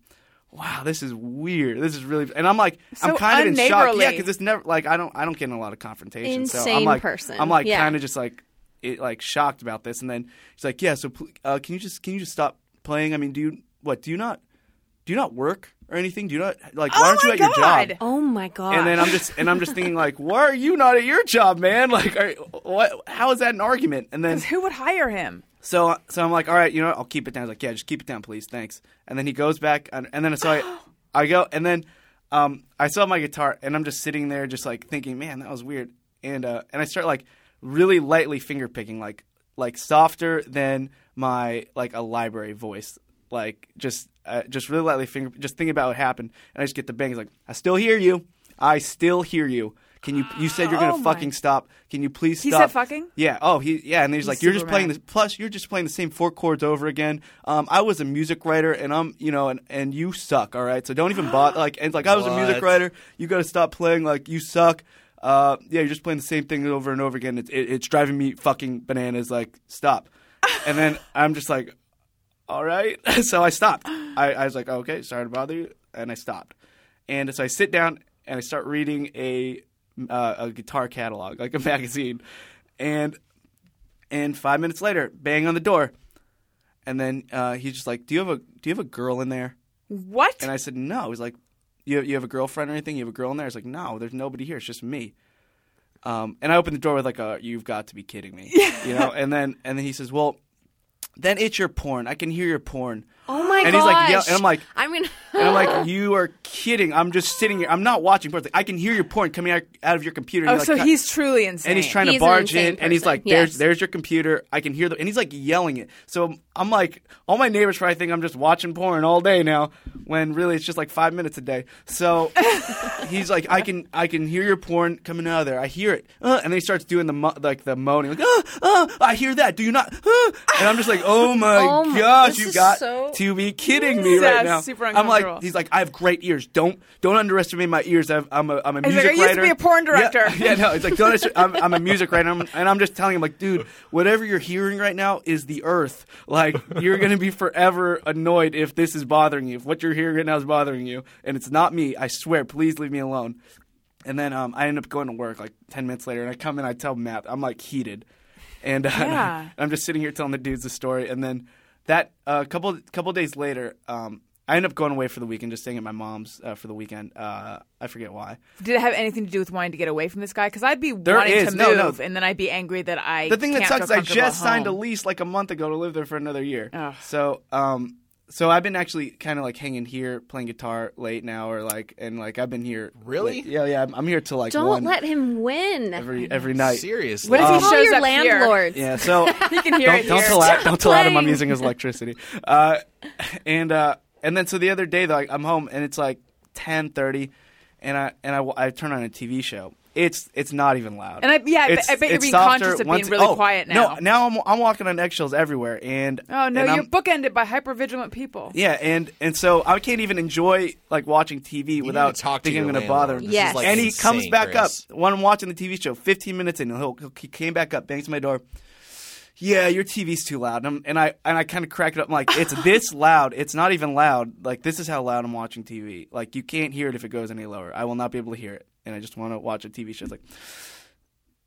Speaker 6: wow, this is weird. This is really, and I'm like,
Speaker 1: So
Speaker 6: I'm kind of in shock,
Speaker 1: unneighborly.
Speaker 6: yeah, because it's never like I don't, I don't get in a lot of confrontations. so I'm
Speaker 4: Insane
Speaker 6: like,
Speaker 4: person.
Speaker 6: I'm like
Speaker 4: Yeah.
Speaker 6: kind of just like, it like shocked about this, and then he's like, yeah, so pl- uh, can you just, can you just stop playing? I mean, do you what? Do you not, do you not work or anything? Do you not like?
Speaker 1: Oh
Speaker 6: why aren't
Speaker 1: my
Speaker 6: you at your
Speaker 1: God.
Speaker 6: job?
Speaker 4: oh my god.
Speaker 6: And then I'm just and I'm just thinking like, why are you not at your job, man? Like, are, what? How is that an argument? And then
Speaker 1: 'Cause Who would hire him?
Speaker 6: so, so I'm like, all right, you know, what? I'll keep it down. He's like, yeah, just keep it down, please, thanks. And then he goes back, and, and then so I, I go, and then um, I saw my guitar, and I'm just sitting there, just like thinking, man, that was weird. And uh, and I start like really lightly finger picking, like like softer than my like a library voice, like just uh, just really lightly finger, just thinking about what happened, and I just get the bang. He's like, I still hear you, I still hear you. Can you? You said you're gonna
Speaker 1: Oh my-
Speaker 6: fucking stop. Can you please
Speaker 1: He
Speaker 6: stop?
Speaker 1: said fucking?
Speaker 6: Yeah. Oh, he yeah, and he's like, you're just
Speaker 1: super
Speaker 6: playing
Speaker 1: mad.
Speaker 6: this. Plus, you're just playing the same four chords over again. Um, I was a music writer, and I'm you know, and, and you suck. All right, so don't even bother. Like, and it's like I was a music
Speaker 3: What?
Speaker 6: writer. You got to stop playing. Like, you suck. Uh, yeah, you're just playing the same thing over and over again. It's it, it's driving me fucking bananas. Like, stop. and then I'm just like, all right. so I stopped. I, I was like, okay, sorry to bother you, and I stopped. And so I sit down and I start reading a uh, a guitar catalog, like a magazine, and and five minutes later, bang on the door, and then uh, he's just like, "Do you have a Do you have a girl in there?"
Speaker 1: What?
Speaker 6: And I said, "No." He's like, "You you have a girlfriend or anything? You have a girl in there?" I was like, "No, there's nobody here. It's just me." Um, and I opened the door with like a, "You've got to be kidding me," you know. And then and then he says, "Well, then it's your porn. I can hear your porn."
Speaker 4: oh my my
Speaker 6: and
Speaker 4: gosh.
Speaker 6: he's like, yell- and I'm like,
Speaker 4: I'm gonna.
Speaker 6: and I'm like, you are kidding. I'm just sitting here. I'm not watching porn. I can hear your porn coming out, out of your computer.
Speaker 1: Oh,
Speaker 6: and you're like,
Speaker 1: so
Speaker 6: "God."
Speaker 1: he's truly insane.
Speaker 6: and he's trying to
Speaker 4: He's an
Speaker 6: barge in,
Speaker 4: insane
Speaker 6: and he's
Speaker 4: person.
Speaker 6: like, "There's,
Speaker 4: Yes.
Speaker 6: there's your computer. I can hear the," and he's like yelling it. So I'm like, all my neighbors probably think I'm just watching porn all day now, when really it's just like five minutes a day. So he's like, "I can, I can hear your porn coming out of there. I hear it," uh, and then he starts doing the mo- like the moaning, like, "Uh, uh, I hear that. Do you not?" Uh, and I'm just like, "Oh my
Speaker 4: Oh my-
Speaker 6: gosh,
Speaker 4: this
Speaker 6: you
Speaker 4: is
Speaker 6: got
Speaker 4: so-
Speaker 6: to be kidding me right
Speaker 1: Yeah,
Speaker 6: now."
Speaker 1: super
Speaker 6: I'm like,
Speaker 1: uncomfortable.
Speaker 6: he's like, "I have great ears. Don't, don't underestimate my ears. I've, I'm a, I'm a
Speaker 1: He's like,
Speaker 6: music
Speaker 1: "I used to
Speaker 6: writer."
Speaker 1: be a porn
Speaker 6: Yeah,
Speaker 1: director.
Speaker 6: yeah, no, it's like don't. assu- I'm, I'm a music writer, and I'm, and I'm just telling him like, dude, whatever you're hearing right now is the earth. Like you're gonna be forever annoyed if this is bothering you. If what you're hearing right now is bothering you, and it's not me, I swear. Please leave me alone. And then um, I end up going to work like ten minutes later, and I come in, I tell Matt, I'm like heated, and uh,
Speaker 1: Yeah.
Speaker 6: I'm just sitting here telling the dudes the story, and then that a couple couple days later. Um, I end up going away for the weekend, just staying at my mom's uh, for the weekend. Uh, I forget why.
Speaker 1: Did it have anything to do with wanting to get away from this guy? Because I'd be
Speaker 6: There
Speaker 1: wanting
Speaker 6: is.
Speaker 1: to
Speaker 6: No,
Speaker 1: move,
Speaker 6: no.
Speaker 1: and then I'd be angry that I.
Speaker 6: the thing that
Speaker 1: can't
Speaker 6: sucks is
Speaker 1: feel
Speaker 6: I
Speaker 1: comfortable
Speaker 6: just
Speaker 1: at
Speaker 6: signed a
Speaker 1: home.
Speaker 6: lease like a month ago to live there for another year.
Speaker 1: Ugh.
Speaker 6: So, um, so I've been actually kind of like hanging here playing guitar late now, or like, and like I've been here.
Speaker 3: Really?
Speaker 6: late. Yeah, yeah. I'm, I'm here till like
Speaker 4: Don't
Speaker 6: one
Speaker 4: let him win.
Speaker 6: every every night.
Speaker 3: Seriously.
Speaker 1: What if he
Speaker 4: Call
Speaker 1: shows
Speaker 4: your
Speaker 1: up here?
Speaker 4: landlord.
Speaker 6: Yeah. So
Speaker 1: He can hear
Speaker 6: don't,
Speaker 1: it
Speaker 6: don't
Speaker 1: here.
Speaker 6: tell Ad- don't tell Adam I'm
Speaker 4: playing.
Speaker 6: using his electricity. Uh, and uh, and then so the other day though I- I'm home and it's like ten thirty, and I and I, wa- I turn on a TV show. It's it's not even loud.
Speaker 1: And I- yeah, I bet-
Speaker 6: It's-
Speaker 1: I bet you're
Speaker 6: it's
Speaker 1: being
Speaker 6: softer
Speaker 1: conscious of
Speaker 6: once-
Speaker 1: being really
Speaker 6: oh,
Speaker 1: quiet
Speaker 6: No,
Speaker 1: now.
Speaker 6: now I'm I'm walking on eggshells everywhere, and
Speaker 1: Oh no,
Speaker 6: and
Speaker 1: you're
Speaker 6: I'm-
Speaker 1: bookended by hypervigilant people.
Speaker 6: yeah, and and so I can't even enjoy like watching TV
Speaker 3: You need
Speaker 6: without
Speaker 3: to talk to
Speaker 6: thinking
Speaker 3: your
Speaker 6: I'm going to
Speaker 3: landlord.
Speaker 6: bother. him.
Speaker 3: This is,
Speaker 4: Yes.
Speaker 3: like,
Speaker 6: and he
Speaker 3: insane,
Speaker 6: comes back
Speaker 3: Chris.
Speaker 6: up when I'm watching the TV show. 15 minutes in, he'll, he'll, he came back up, bangs my door. Yeah, your TV's too loud, and, I'm, and I and I kind of crack it up. I'm like, it's this loud. It's not even loud. Like this is how loud I'm watching TV. Like you can't hear it if it goes any lower. I will not be able to hear it, and I just want to watch a TV show. It's like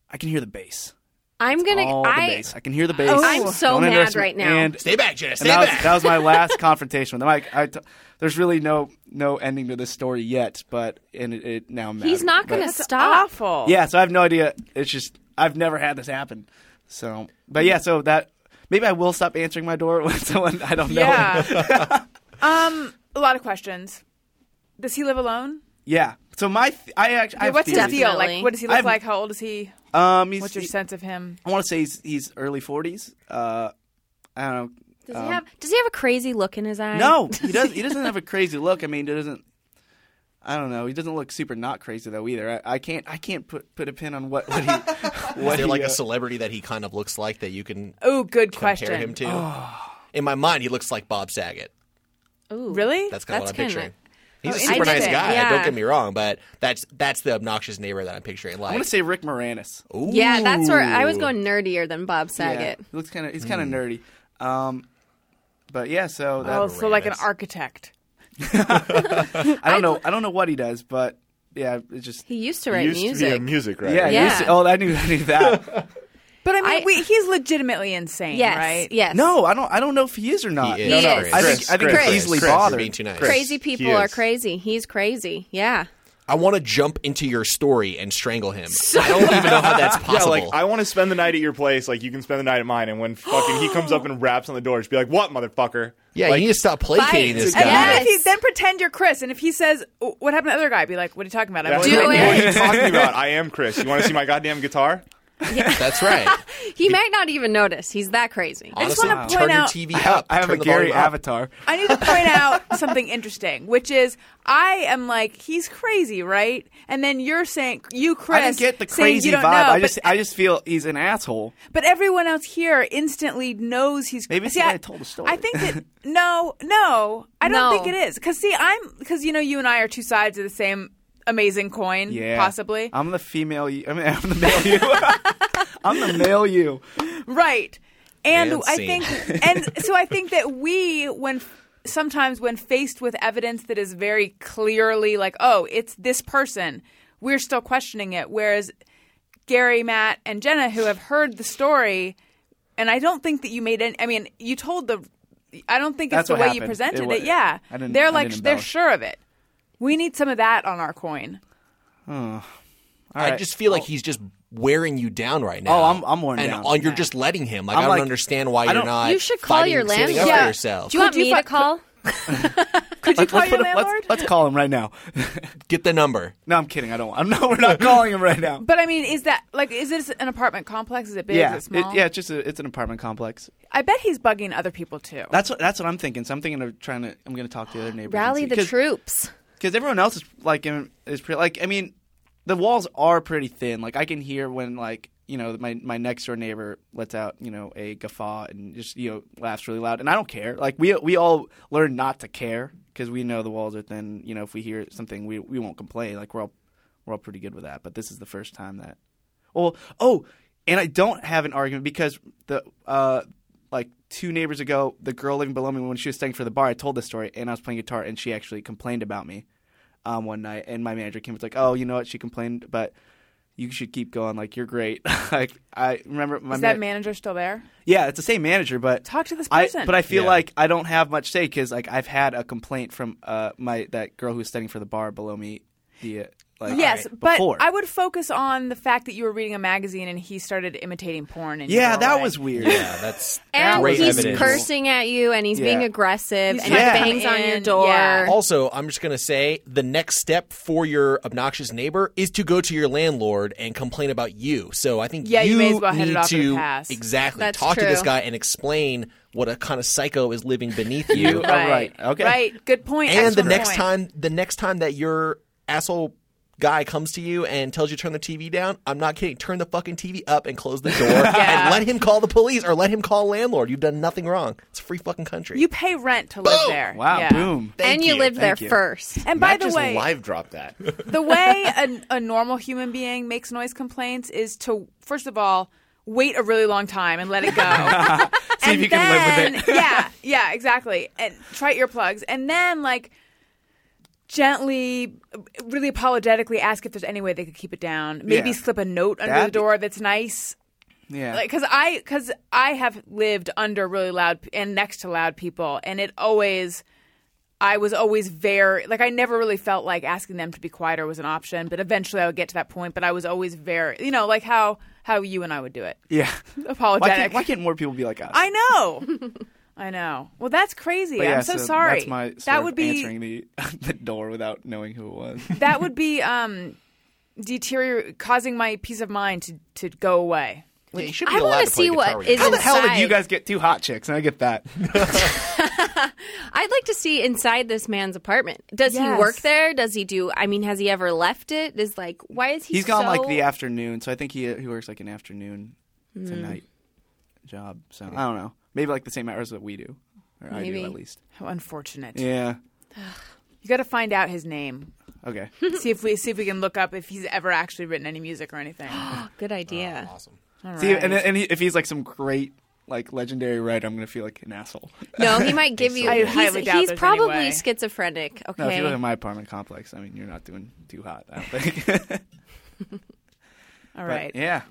Speaker 6: I can hear the bass.
Speaker 4: I'm gonna.
Speaker 6: All the
Speaker 4: I. Oh,
Speaker 6: bass. I can hear the bass.
Speaker 4: I'm so
Speaker 6: Don't
Speaker 4: mad
Speaker 6: underestimate-
Speaker 4: right now.
Speaker 6: And
Speaker 3: Stay back, Jenna. Stay
Speaker 6: and that was,
Speaker 3: back.
Speaker 6: that was my last confrontation with him. I, I t- there's really no no ending to this story yet, but and it, it now matters.
Speaker 4: He's not gonna
Speaker 6: But-
Speaker 4: stop.
Speaker 1: Awful.
Speaker 6: yeah, so I have no idea. It's just I've never had this happen. So, but yeah, so that maybe I will stop answering my door when someone I don't know.
Speaker 1: Yeah. um, a lot of questions. Does he live alone?
Speaker 6: Yeah. So my th- I actually I
Speaker 1: Yeah,
Speaker 6: have
Speaker 1: what's his
Speaker 6: theories.
Speaker 1: deal? Like,
Speaker 4: Definitely.
Speaker 1: what does he look
Speaker 6: I've-
Speaker 1: like? How old is he?
Speaker 6: Um, he's,
Speaker 1: What's your sense of him?
Speaker 6: I want to say he's he's early 40s. Uh, I don't know.
Speaker 4: Does he have? Does he have a crazy look in his eye?
Speaker 6: No, he does. He doesn't have a crazy look. I mean, he doesn't. I don't know. He doesn't look super not crazy though either. I, I can't. I can't put put a pin on what what he. What
Speaker 3: Is there
Speaker 6: he,
Speaker 3: like
Speaker 6: uh,
Speaker 3: a celebrity that he kind of looks like that you can
Speaker 1: Oh, good
Speaker 3: compare
Speaker 1: question.
Speaker 3: him to? In my mind, he looks like Bob Saget.
Speaker 4: Ooh.
Speaker 1: Really?
Speaker 3: That's kind of what I'm
Speaker 4: That's kinda-
Speaker 3: picturing. He's
Speaker 1: Oh,
Speaker 3: a super nice
Speaker 1: interesting.
Speaker 3: guy.
Speaker 4: Yeah.
Speaker 3: Don't get me wrong, but that's that's the obnoxious neighbor that I'm picturing.
Speaker 6: I
Speaker 3: Like,
Speaker 6: want to say Rick Moranis. Oh,
Speaker 4: Yeah, that's where I was going nerdier than Bob
Speaker 6: yeah.
Speaker 4: Saget.
Speaker 6: He looks kind of. He's
Speaker 3: Hmm.
Speaker 6: kind of nerdy. Um, but yeah. So that,
Speaker 1: Oh, so like an
Speaker 3: Moranis.
Speaker 1: architect.
Speaker 6: I don't know. I don't know what he does, but yeah, it's just.
Speaker 4: He used to
Speaker 5: He
Speaker 4: write
Speaker 5: used
Speaker 4: music.
Speaker 5: to be a music writer.
Speaker 6: Yeah. he used to-
Speaker 4: Yeah.
Speaker 6: oh, I knew. I knew that.
Speaker 1: But I mean,
Speaker 4: I-
Speaker 1: we, he's legitimately insane,
Speaker 4: yes.
Speaker 1: right?
Speaker 4: Yes.
Speaker 6: no, I don't. I don't know if he is or not.
Speaker 3: He is.
Speaker 6: No, no,
Speaker 4: He is.
Speaker 6: I think.
Speaker 5: Chris,
Speaker 6: I think
Speaker 4: Chris,
Speaker 6: he's easily
Speaker 3: Chris, you're
Speaker 6: bothered.
Speaker 3: being too nice.
Speaker 4: Crazy
Speaker 5: Chris, he
Speaker 4: people are
Speaker 5: is.
Speaker 4: crazy. He's crazy. Yeah.
Speaker 3: I want to jump into your story and strangle him. I don't even know how that's
Speaker 5: Yeah,
Speaker 3: possible.
Speaker 5: like I want to spend the night at your place. Like you can spend the night at mine. And when fucking he comes up and raps on the door, just be like, "What, motherfucker?"
Speaker 3: yeah,
Speaker 5: like,
Speaker 3: you need to stop placating
Speaker 4: Fight.
Speaker 3: this
Speaker 1: And
Speaker 3: guy.
Speaker 1: then, if he,
Speaker 4: Yes.
Speaker 1: then pretend you're Chris, and if he says, "Oh, "What happened to the other guy?" Be like, "What are you talking about?" I'm
Speaker 5: that's
Speaker 4: Do
Speaker 5: what-
Speaker 4: it.
Speaker 5: What are you talking about? I am Chris. You want to see my goddamn guitar?
Speaker 3: That's right.
Speaker 4: He might not even notice. He's that crazy.
Speaker 1: just
Speaker 3: Honestly,
Speaker 1: wanna
Speaker 3: turn
Speaker 1: point
Speaker 3: your
Speaker 1: out-
Speaker 3: TV
Speaker 6: I have,
Speaker 3: up.
Speaker 6: I have
Speaker 3: turn
Speaker 6: a
Speaker 3: the
Speaker 6: Gary
Speaker 3: volume up.
Speaker 6: avatar.
Speaker 1: I need to point out something interesting, which is I am like he's crazy, right? And then you're saying you, Chris,
Speaker 6: I didn't get the
Speaker 1: saying
Speaker 6: crazy
Speaker 1: you don't
Speaker 6: vibe.
Speaker 1: Know,
Speaker 6: I
Speaker 1: but-
Speaker 6: just I just feel he's an asshole.
Speaker 1: But everyone else here instantly knows he's.
Speaker 6: Maybe it's
Speaker 1: see,
Speaker 6: the way
Speaker 1: I
Speaker 6: I told the story.
Speaker 1: I think that no, no, I don't
Speaker 4: No.
Speaker 1: think it is because see, I'm because you know you and I are two sides of the same amazing coin,
Speaker 6: Yeah,
Speaker 1: possibly.
Speaker 6: I'm the female. You. I mean, I'm the male you. I'm the male you.
Speaker 1: Right. And
Speaker 3: And
Speaker 1: I
Speaker 3: scene.
Speaker 1: think and so I think that we when sometimes when faced with evidence that is very clearly like, oh, it's this person, we're still questioning it whereas Gary, Matt, and Jenna who have heard the story and I don't think that you made any I mean, you told the I don't think
Speaker 6: That's
Speaker 1: it's the
Speaker 6: what
Speaker 1: way you
Speaker 6: happened.
Speaker 1: presented
Speaker 6: It
Speaker 1: it.
Speaker 6: wa-
Speaker 1: yeah.
Speaker 6: I didn't- I
Speaker 1: they're like
Speaker 6: didn't
Speaker 1: they're
Speaker 6: embellish.
Speaker 1: sure of it. We need some of that on our coin.
Speaker 3: I just feel like he's just wearing you down right now.
Speaker 6: Oh, I'm- I'm worn
Speaker 3: and
Speaker 6: down.
Speaker 3: on- you're just letting him. Like,
Speaker 6: I'm
Speaker 3: I don't
Speaker 6: like-
Speaker 3: understand why
Speaker 6: I
Speaker 3: you're
Speaker 6: don't-
Speaker 3: not.
Speaker 4: You should call
Speaker 3: fighting-
Speaker 4: your
Speaker 3: standing
Speaker 4: landlord.
Speaker 3: up
Speaker 1: Yeah.
Speaker 3: for yourself.
Speaker 4: Do you want
Speaker 1: Could you
Speaker 4: me
Speaker 1: fi-
Speaker 4: to call?
Speaker 1: Could you call
Speaker 6: let's,
Speaker 1: your
Speaker 6: put a- let's-
Speaker 1: landlord?
Speaker 6: let's call him right now.
Speaker 3: Get the number.
Speaker 6: No, I'm kidding. I don't. I'm no. We're not calling him right now.
Speaker 1: But I mean, is that like is this an apartment complex? Is it big?
Speaker 6: yeah,
Speaker 1: Is it small?
Speaker 6: yeah. It's just a, it's an apartment complex.
Speaker 1: I bet he's bugging other people too.
Speaker 6: That's what that's what I'm thinking. So I'm thinking of trying to. I'm going to talk to the other neighbors.
Speaker 4: Rally the troops.
Speaker 6: because everyone else is like in, is pretty like. I mean, the walls are pretty thin. Like I can hear when like you know my my next door neighbor lets out you know a guffaw and just you know laughs really loud, and I don't care. Like we we all learn not to care because we know the walls are thin. You know if we hear something we we won't complain. Like we're all we're all pretty good with that. But this is the first time that Well, oh, and I don't have an argument because the uh, like two neighbors ago, the girl living below me when she was staying for the bar, I told this story, and I was playing guitar, and she actually complained about me um, one night, and my manager came and was like, "Oh, you know what? She complained, but you should keep going. Like you're great. like I remember my
Speaker 1: is that
Speaker 6: man-
Speaker 1: manager still there?
Speaker 6: yeah, it's the same manager, but
Speaker 1: Talk to this
Speaker 6: I-
Speaker 1: person.
Speaker 6: but I feel like I don't have much say because like I've had a complaint from uh my that girl who was standing for the bar below me. The uh, like,
Speaker 1: Yes, but
Speaker 6: before.
Speaker 1: I would focus on the fact that you were reading a magazine and he started imitating porn. And you
Speaker 6: yeah,
Speaker 1: were
Speaker 6: that
Speaker 1: like-
Speaker 6: was weird.
Speaker 3: Yeah, that's
Speaker 4: And
Speaker 3: great
Speaker 4: he's
Speaker 3: evidence.
Speaker 4: cursing at you, and he's
Speaker 6: Yeah.
Speaker 4: being aggressive,
Speaker 1: He's
Speaker 4: and
Speaker 6: trying to
Speaker 4: he bangs
Speaker 1: come
Speaker 4: on your
Speaker 1: in,
Speaker 4: door.
Speaker 1: yeah.
Speaker 3: Also, I'm just going to say the next step for your obnoxious neighbor is to go to your landlord and complain about you. So I think
Speaker 1: Yeah, you may as well head it
Speaker 3: need
Speaker 1: off at the
Speaker 3: to
Speaker 1: pass.
Speaker 3: exactly
Speaker 4: That's
Speaker 3: talk to this
Speaker 4: true.
Speaker 3: guy and explain what a kind of psycho is living beneath you.
Speaker 6: Oh, Right. Okay.
Speaker 1: Right. Good point.
Speaker 3: and the
Speaker 1: Excellent
Speaker 3: next
Speaker 1: point.
Speaker 3: time, the next time that your asshole guy comes to you and tells you to turn the TV down, I'm not kidding. Turn the fucking TV up and close the door
Speaker 1: Yeah.
Speaker 3: and let him call the police or let him call landlord. You've done nothing wrong. It's a free fucking country.
Speaker 1: you pay rent to live there.
Speaker 6: Wow,
Speaker 1: Yeah.
Speaker 6: boom.
Speaker 4: and you, lived there
Speaker 6: Thank you.
Speaker 4: first.
Speaker 1: And by
Speaker 5: Matt
Speaker 1: the
Speaker 5: just
Speaker 1: way,
Speaker 5: live dropped that.
Speaker 1: the way a, a normal human being makes noise complaints is to first of all wait a really long time and let it go. See
Speaker 6: if you can live with
Speaker 1: it. yeah, yeah, exactly. And try earplugs, and then like gently, really apologetically ask if there's any way they could keep it down. Maybe
Speaker 6: Yeah.
Speaker 1: slip a note under
Speaker 6: That'd
Speaker 1: the
Speaker 6: be-
Speaker 1: door that's nice.
Speaker 6: Yeah.
Speaker 1: Like, cause I, cause I have lived under really loud p- and next to loud people, and it always, I was always very like I never really felt like asking them to be quieter was an option, but eventually I would get to that point. But I was always very, you know, like how how you and I would do it,
Speaker 6: Yeah. Why
Speaker 1: apologetic.
Speaker 6: can't, why can't more people be like us?
Speaker 1: I know, I know. Well, that's crazy.
Speaker 6: But yeah,
Speaker 1: I'm so,
Speaker 6: so
Speaker 1: sorry.
Speaker 6: That's my sort
Speaker 1: that
Speaker 6: of
Speaker 1: would be
Speaker 6: answering the, the door without knowing who it was.
Speaker 1: that would be um deterior causing my peace of mind to to go away.
Speaker 3: Yeah, you should be
Speaker 4: I
Speaker 3: allowed
Speaker 4: want
Speaker 3: to
Speaker 4: to
Speaker 3: play
Speaker 4: see
Speaker 3: guitar
Speaker 4: what is
Speaker 3: with
Speaker 6: How the hell did
Speaker 4: inside.
Speaker 6: you guys get two hot chicks? And I get that.
Speaker 4: I'd like to see inside this man's apartment. Does
Speaker 1: Yes.
Speaker 4: he work there? Does he do? I mean, has he ever left it? Is like, why is he?
Speaker 6: He's gone like
Speaker 4: so-
Speaker 6: the afternoon, so I think he he works like an afternoon
Speaker 1: Hmm.
Speaker 6: to night job. So I don't know. Maybe like the same hours that we do, or I
Speaker 4: Maybe.
Speaker 6: do at least.
Speaker 1: How unfortunate.
Speaker 6: Yeah.
Speaker 1: You got to find out his name.
Speaker 6: Okay.
Speaker 1: see if we see if we can look up if he's ever actually written any music or anything.
Speaker 6: uh,
Speaker 4: Good idea.
Speaker 6: Oh, See, and and he, if he's like some great like legendary writer, I'm gonna feel like an asshole.
Speaker 4: No, he might give you.
Speaker 1: I
Speaker 4: he's
Speaker 1: highly doubt
Speaker 4: he's
Speaker 1: there's any
Speaker 4: probably
Speaker 1: way.
Speaker 4: schizophrenic.
Speaker 6: No, if
Speaker 4: Okay.
Speaker 6: you live in my apartment complex, I mean, you're not doing too hot. I don't think. But,
Speaker 1: All right.
Speaker 6: yeah.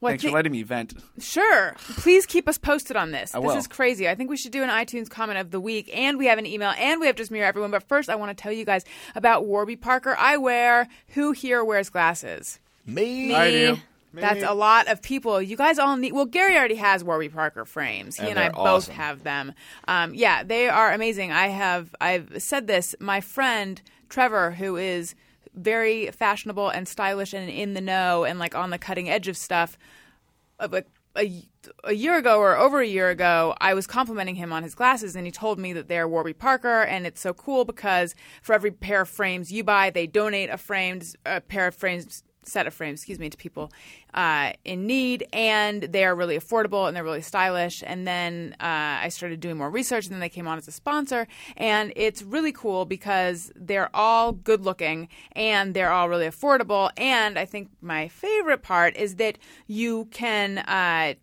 Speaker 1: Well, I
Speaker 6: Thanks
Speaker 1: thi-
Speaker 6: for letting me vent.
Speaker 1: Sure. Please keep us posted on this.
Speaker 6: I
Speaker 1: this
Speaker 6: will.
Speaker 1: is crazy. I think we should do an iTunes comment of the week, and we have an email, and we have Just Mirror Everyone. But first, I want to tell you guys about Warby Parker Eyewear. Who here wears glasses?
Speaker 3: Me.
Speaker 4: I
Speaker 6: do.
Speaker 1: That's a lot of people. You guys all need. Well, Gary already has Warby Parker frames. He and, I
Speaker 5: they're
Speaker 1: both
Speaker 5: awesome.
Speaker 1: have them. Um, yeah, they are amazing. I have. I've said this. My friend Trevor, who is very fashionable and stylish and in the know and like on the cutting edge of stuff, of a, a, a year ago or over a year ago, I was complimenting him on his glasses, and he told me that they're Warby Parker, and it's so cool because for every pair of frames you buy, they donate a framed a pair of frames set of frames, excuse me, to people uh, in need, and they are really affordable and they're really stylish. And then uh, I started doing more research, and then they came on as a sponsor, and it's really cool because they're all good looking and they're all really affordable. And I think my favorite part is that you can. Uh,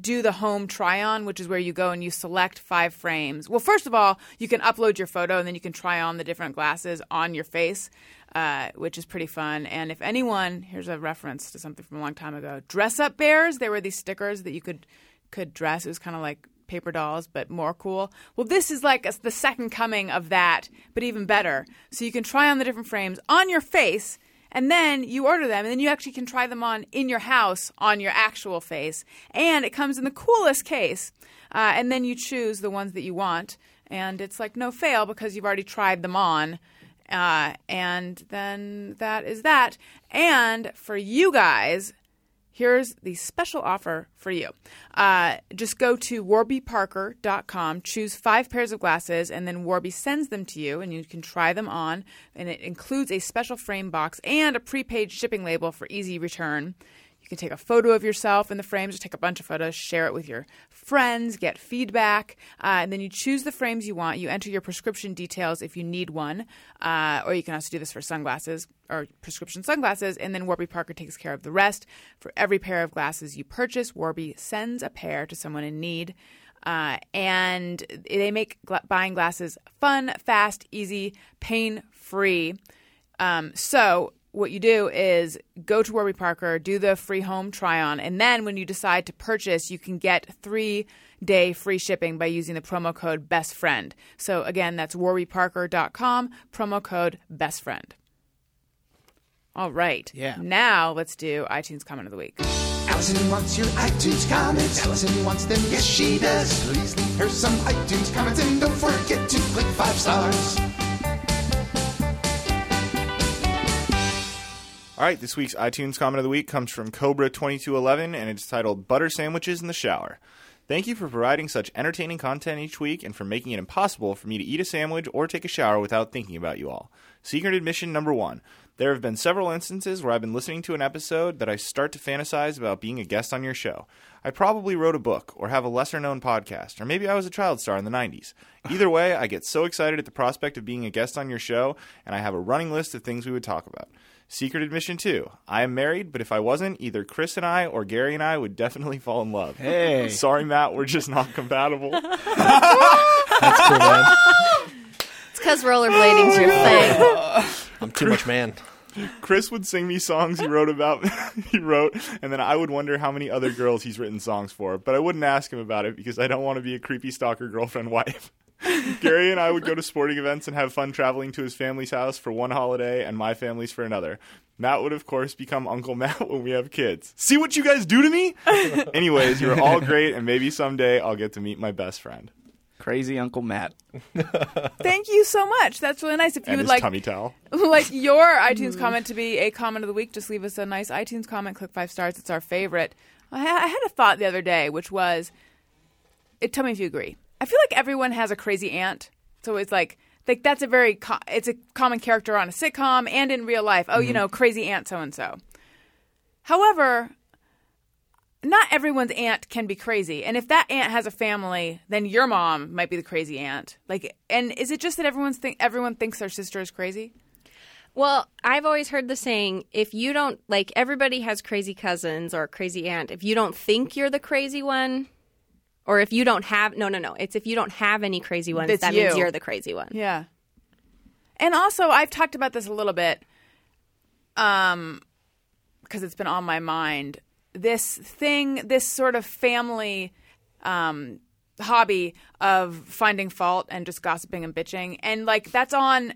Speaker 1: do the home try on, which is where you go and you select five frames. Well, first of all, you can upload your photo and then you can try on the different glasses on your face, uh, which is pretty fun. And if anyone, here's a reference to something from a long time ago dress up bears, there were these stickers that you could, could dress. It was kind of like paper dolls, but more cool. Well, this is like a, the second coming of that, but even better. So you can try on the different frames on your face. And then you order them, and then you actually can try them on in your house on your actual face. And it comes in the coolest case. Uh, and then you choose the ones that you want, and it's like no fail because you've already tried them on. Uh, and then that is that. And for you guys, here's the special offer for you. Uh, just go to warbyparker.com, choose five pairs of glasses, and then Warby sends them to you, and you can try them on. And it includes a special frame box and a prepaid shipping label for easy return. You can take a photo of yourself in the frames, or take a bunch of photos, share it with your friends, get feedback, uh, and then you choose the frames you want. You enter your prescription details if you need one, uh, or you can also do this for sunglasses or prescription sunglasses, and then Warby Parker takes care of the rest. For every pair of glasses you purchase, Warby sends a pair to someone in need. Uh, and they make gla- buying glasses fun, fast, easy, pain free. Um, so what you do is go to Warby Parker, do the free home try on, and then when you decide to purchase, you can get three day free shipping by using the promo code best friend. So again, that's warbyparker.com, promo code best friend. All right.
Speaker 6: Yeah.
Speaker 1: Now let's do iTunes comment of the week.
Speaker 2: Allison wants your iTunes comments. Allison wants them, yes she does. Please leave her some iTunes comments and don't forget to click five stars.
Speaker 5: All right, this week's iTunes comment of the week comes from Cobra2211, and it's titled Butter Sandwiches in the Shower. Thank you for providing such entertaining content each week and for making it impossible for me to eat a sandwich or take a shower without thinking about you all. Secret admission number one. There have been several instances where I've been listening to an episode that I start to fantasize about being a guest on your show. I probably wrote a book or have a lesser known podcast, or maybe I was a child star in the 90s. Either way, I get so excited at the prospect of being a guest on your show, and I have a running list of things we would talk about. Secret admission two. I am married, but if I wasn't, either Chris and I or Gary and I would definitely fall in love.
Speaker 6: Hey.
Speaker 5: Sorry, Matt, we're just not compatible.
Speaker 4: It's because rollerblading's your thing.
Speaker 3: I'm too much man.
Speaker 5: Chris would sing me songs he wrote about he wrote, and then I would wonder how many other girls he's written songs for, but I wouldn't ask him about it because I don't want to be a creepy stalker girlfriend wife. Gary and I would go to sporting events and have fun traveling to his family's house for one holiday and my family's for another. Matt would, of course, become Uncle Matt when we have kids. See what you guys do to me? Anyways, you're all great, and maybe someday I'll get to meet my best friend.
Speaker 6: Crazy Uncle Matt.
Speaker 1: Thank you so much. That's really nice. If you
Speaker 5: and
Speaker 1: would
Speaker 5: his
Speaker 1: like
Speaker 5: tummy towel.
Speaker 1: like your iTunes comment to be a comment of the week, just leave us a nice iTunes comment. Click five stars. It's our favorite. I, ha- I had a thought the other day, which was, it, tell me if you agree. I feel like everyone has a crazy aunt, so it's like like that's a very co- it's a common character on a sitcom and in real life. Oh, you know, crazy aunt so and so. However, not everyone's aunt can be crazy. And if that aunt has a family, then your mom might be the crazy aunt. Like, and is it just that everyone's think everyone thinks their sister is crazy?
Speaker 4: Well, I've always heard the saying if you don't, like, everybody has crazy cousins or a crazy aunt. If you don't think you're the crazy one, or if you don't have, no, no, no. It's if you don't have any crazy ones,
Speaker 1: That's
Speaker 4: that means
Speaker 1: you.
Speaker 4: you're the crazy one.
Speaker 1: Yeah. And also, I've talked about this a little bit um, because it's been on my mind. This thing, this sort of family um, hobby of finding fault and just gossiping and bitching. And like, that's on,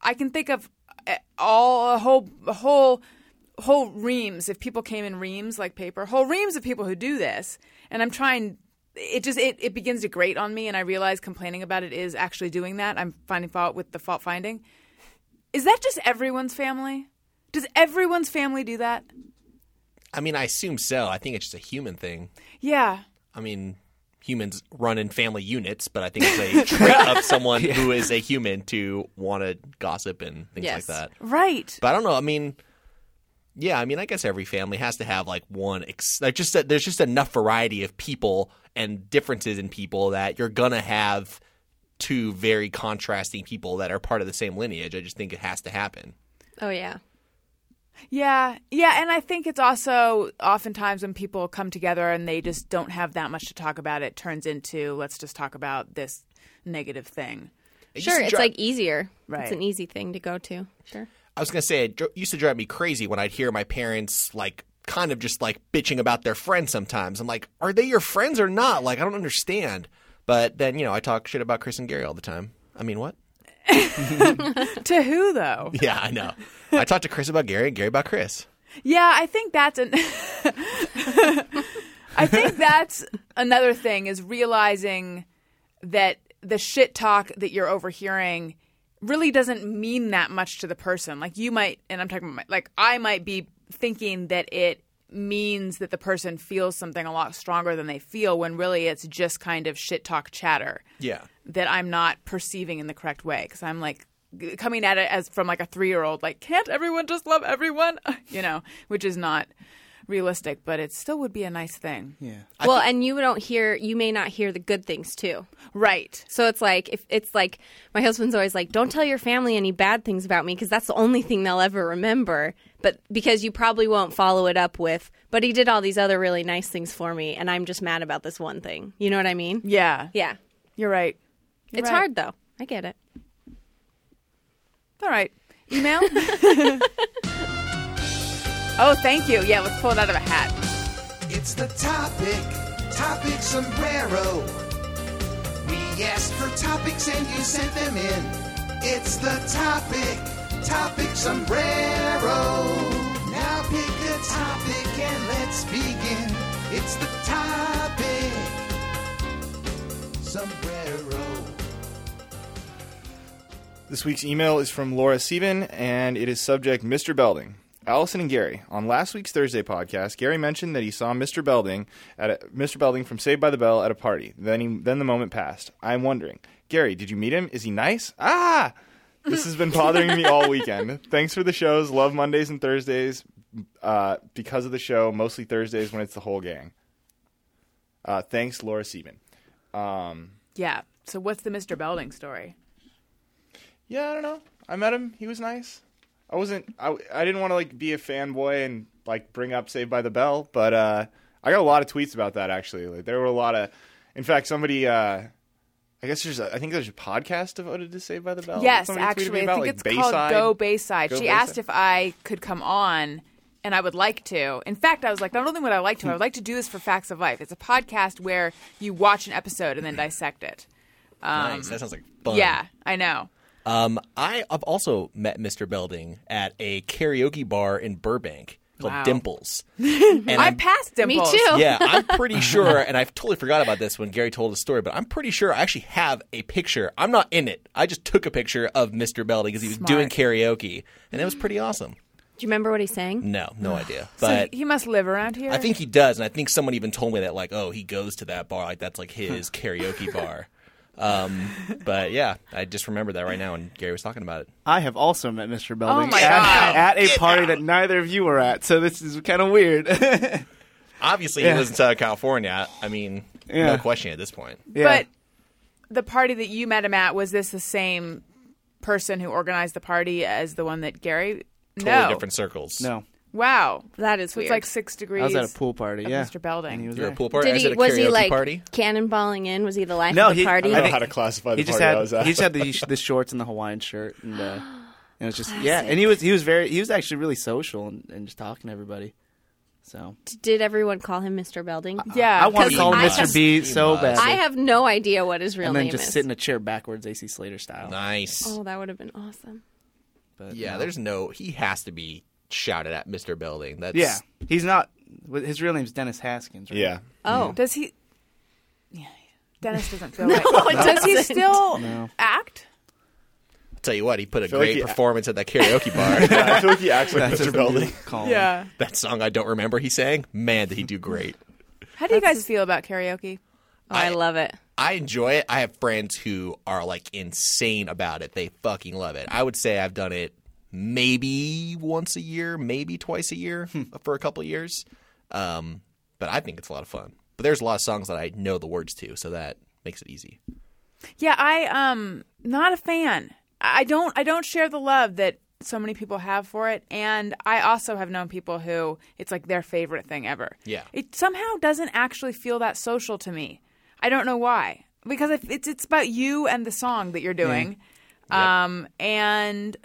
Speaker 1: I can think of uh, all a whole, a whole, whole reams if people came in reams like paper whole reams of people who do this and i'm trying it just it, it begins to grate on me and i realize complaining about it is actually doing that i'm finding fault with the fault finding is that just everyone's family does everyone's family do that
Speaker 3: I mean, I assume so. I think it's just a human thing.
Speaker 1: yeah
Speaker 3: I mean, humans run in family units, but I think it's a trait of someone who is a human to want to gossip and things
Speaker 4: Yes.
Speaker 3: like that.
Speaker 1: right
Speaker 3: But I don't know. I mean, yeah, I mean, I guess every family has to have like one. Ex- like just that there's just enough variety of people and differences in people that you're gonna have two very contrasting people that are part of the same lineage. I just think it has to happen.
Speaker 4: Oh, yeah.
Speaker 1: Yeah, yeah, and I think it's also oftentimes when people come together and they just don't have that much to talk about, it turns into let's just talk about this negative thing.
Speaker 3: It used
Speaker 4: Sure.
Speaker 3: to
Speaker 4: It's
Speaker 3: dri-
Speaker 4: like easier.
Speaker 1: Right.
Speaker 4: It's an easy thing to go to. Sure.
Speaker 3: I was gonna say it dr- used to drive me crazy when I'd hear my parents like kind of just like bitching about their friends sometimes. I'm like, are they your friends or not? Like I don't understand. But then you know I talk shit about Chris and Gary all the time. I mean what?
Speaker 1: To who though?
Speaker 3: Yeah, I know. I talk to Chris about Gary and Gary about Chris.
Speaker 1: Yeah, I think that's an. I think that's another thing is realizing that the shit talk that you're overhearing really doesn't mean that much to the person. Like you might, and I'm talking about my, like I might be thinking that it means that the person feels something a lot stronger than they feel when really it's just kind of shit talk chatter
Speaker 3: Yeah.
Speaker 1: that I'm not perceiving in the correct way because I'm like g- coming at it as from like a three year old, like can't everyone just love everyone, you know, which is not realistic, but it still would be a nice thing, yeah,
Speaker 4: well, and you don't hear, you may not hear the good things too.
Speaker 1: right?
Speaker 4: So it's like if it's like my husband's always like, "Don't tell your family any bad things about me because that's the only thing they'll ever remember." But because you probably won't follow it up with, "But he did all these other really nice things for me, and I'm just mad about this one thing." You know what I mean?
Speaker 1: Yeah,
Speaker 4: Yeah,
Speaker 1: you're right. You're
Speaker 4: it's
Speaker 1: right.
Speaker 4: hard though. I get it.
Speaker 1: All right, email. oh, thank you. Yeah, let's pull it out of a hat.
Speaker 2: It's the topic, topic sombrero. We asked for topics and you sent them in. It's the topic, topic sombrero. Now pick a topic and let's begin. It's the topic, sombrero.
Speaker 5: This week's email is from Laura Sieben, and it is subject Mr. Belding. Allison and Gary. On last week's Thursday podcast, Gary mentioned that he saw Mr. Belding at a, Mr. Belding from Saved by the Bell at a party. Then he, then the moment passed. I'm wondering, Gary, did you meet him? Is he nice? Ah, this has been bothering me all weekend. Thanks for the shows. Love Mondays and Thursdays. Uh, because of the show, mostly Thursdays when it's the whole gang. Uh, thanks, Laura Sieben.
Speaker 1: Yeah. So what's the Mr. Belding story?
Speaker 5: Yeah, I don't know. I met him. He was nice. I wasn't. I, I didn't want to like be a fanboy and like bring up Saved by the Bell, but uh, I got a lot of tweets about that actually. Like there were a lot of. In fact, somebody. Uh, I guess there's. A, I think there's a podcast devoted to Saved by the Bell. that
Speaker 1: Yes,
Speaker 5: somebody tweeted
Speaker 1: actually,
Speaker 5: me
Speaker 1: I
Speaker 5: about,
Speaker 1: think
Speaker 5: like,
Speaker 1: it's called Go Bayside.
Speaker 5: Go
Speaker 1: she asked
Speaker 5: Bayside.
Speaker 1: if I could come on, and I would like to. In fact, I was like, not only would I like to, I would like to do this for Facts of Life. It's a podcast where you watch an episode and then dissect it.
Speaker 3: nice. That sounds like fun.
Speaker 1: Yeah, I know.
Speaker 3: Um, I have also met Mr. Belding at a karaoke bar in Burbank called
Speaker 1: Wow.
Speaker 3: Dimples. And
Speaker 1: I
Speaker 3: I'm-
Speaker 1: passed dimples.
Speaker 4: too.
Speaker 3: yeah, I'm pretty sure, and I've totally forgot about this when Gary told the story, but I'm pretty sure I actually have a picture. I'm not in it. I just took a picture of Mr. Belding because he was
Speaker 1: Smart.
Speaker 3: doing karaoke, and it was pretty awesome.
Speaker 4: Do you remember what he sang?
Speaker 3: No, no idea.
Speaker 1: So
Speaker 3: But
Speaker 1: he must live around here.
Speaker 3: I think he does, and I think someone even told me that, like, oh, he goes to that bar, like that's like his karaoke bar. Um, but yeah, I just remember that right now, and Gary was talking about it.
Speaker 6: I have also met Mr. Belding
Speaker 1: my God.
Speaker 6: at, at a party that neither of you were at, so this is kind of weird.
Speaker 3: Obviously, he lives in Southern California. I mean,
Speaker 6: Yeah.
Speaker 3: no question at this point.
Speaker 6: yeah.
Speaker 1: But the party that you met him at was this the same person who organized the party as the one that Gary?
Speaker 3: Totally
Speaker 1: no.
Speaker 3: different circles.
Speaker 6: no,
Speaker 1: Wow,
Speaker 4: That is
Speaker 1: so
Speaker 4: weird.
Speaker 1: it's like six degrees.
Speaker 6: I was at a pool party.
Speaker 1: of
Speaker 6: Yeah,
Speaker 1: Mr. Belding.
Speaker 6: And he was
Speaker 3: You're a
Speaker 6: there.
Speaker 3: pool party.
Speaker 4: did
Speaker 3: I was
Speaker 4: he
Speaker 3: at a
Speaker 4: was
Speaker 3: karaoke
Speaker 4: he like
Speaker 3: party.
Speaker 4: cannonballing in? Was he the life
Speaker 6: No,
Speaker 4: of the
Speaker 6: he-
Speaker 4: party?
Speaker 5: I don't know
Speaker 6: think-
Speaker 5: how to classify the
Speaker 6: he just
Speaker 5: party
Speaker 6: had
Speaker 5: I was at.
Speaker 6: he just had the, the shorts and the Hawaiian shirt, and uh, and it was just yeah. And he was he was very he was actually really social and, and just talking to everybody. So
Speaker 4: Did everyone call him Mr. Belding?
Speaker 1: yeah,
Speaker 6: I want to
Speaker 4: Because
Speaker 6: call him
Speaker 4: I
Speaker 6: Mr.
Speaker 4: have-
Speaker 6: B so bad,
Speaker 4: I have no idea what his real
Speaker 6: and then
Speaker 4: name
Speaker 6: just
Speaker 4: is.
Speaker 6: sit in a chair backwards, AC Slater style.
Speaker 3: Nice.
Speaker 4: oh, that would have been awesome.
Speaker 6: But,
Speaker 3: yeah,
Speaker 6: no.
Speaker 3: there's no. He has to be shouted at, Mr. Belding. That's
Speaker 6: yeah. He's not. His real name's Dennis Haskins. Right?
Speaker 5: Yeah.
Speaker 4: Oh,
Speaker 1: Does he? Yeah, Dennis doesn't feel right. Does he
Speaker 4: doesn't.
Speaker 1: still act?
Speaker 3: I'll tell you what, he put a
Speaker 5: feel like
Speaker 3: great
Speaker 5: he-
Speaker 3: performance at that karaoke bar.
Speaker 5: I feel like he acts like
Speaker 6: That's
Speaker 5: Mr.
Speaker 6: just
Speaker 5: Belding.
Speaker 6: Call him.
Speaker 3: that song I don't remember he sang. Man, did he do great.
Speaker 1: How do you guys feel about karaoke?
Speaker 4: Oh, I love it.
Speaker 3: I enjoy it. I have friends who are like insane about it. They fucking love it. I would say I've done it maybe once a year, maybe twice a year
Speaker 6: Hmm.
Speaker 3: for a couple of years. Um, but I think it's a lot of fun. But there's a lot of songs that I know the words to, so that makes it easy.
Speaker 1: Yeah, I um not a fan. I I don't I don't share the love that so many people have for it, and I also have known people who it's like their favorite thing ever.
Speaker 3: Yeah.
Speaker 1: it somehow doesn't actually feel that social to me. I don't know why, because if it's it's about you and the song that you're
Speaker 3: Mm.
Speaker 1: doing, um, and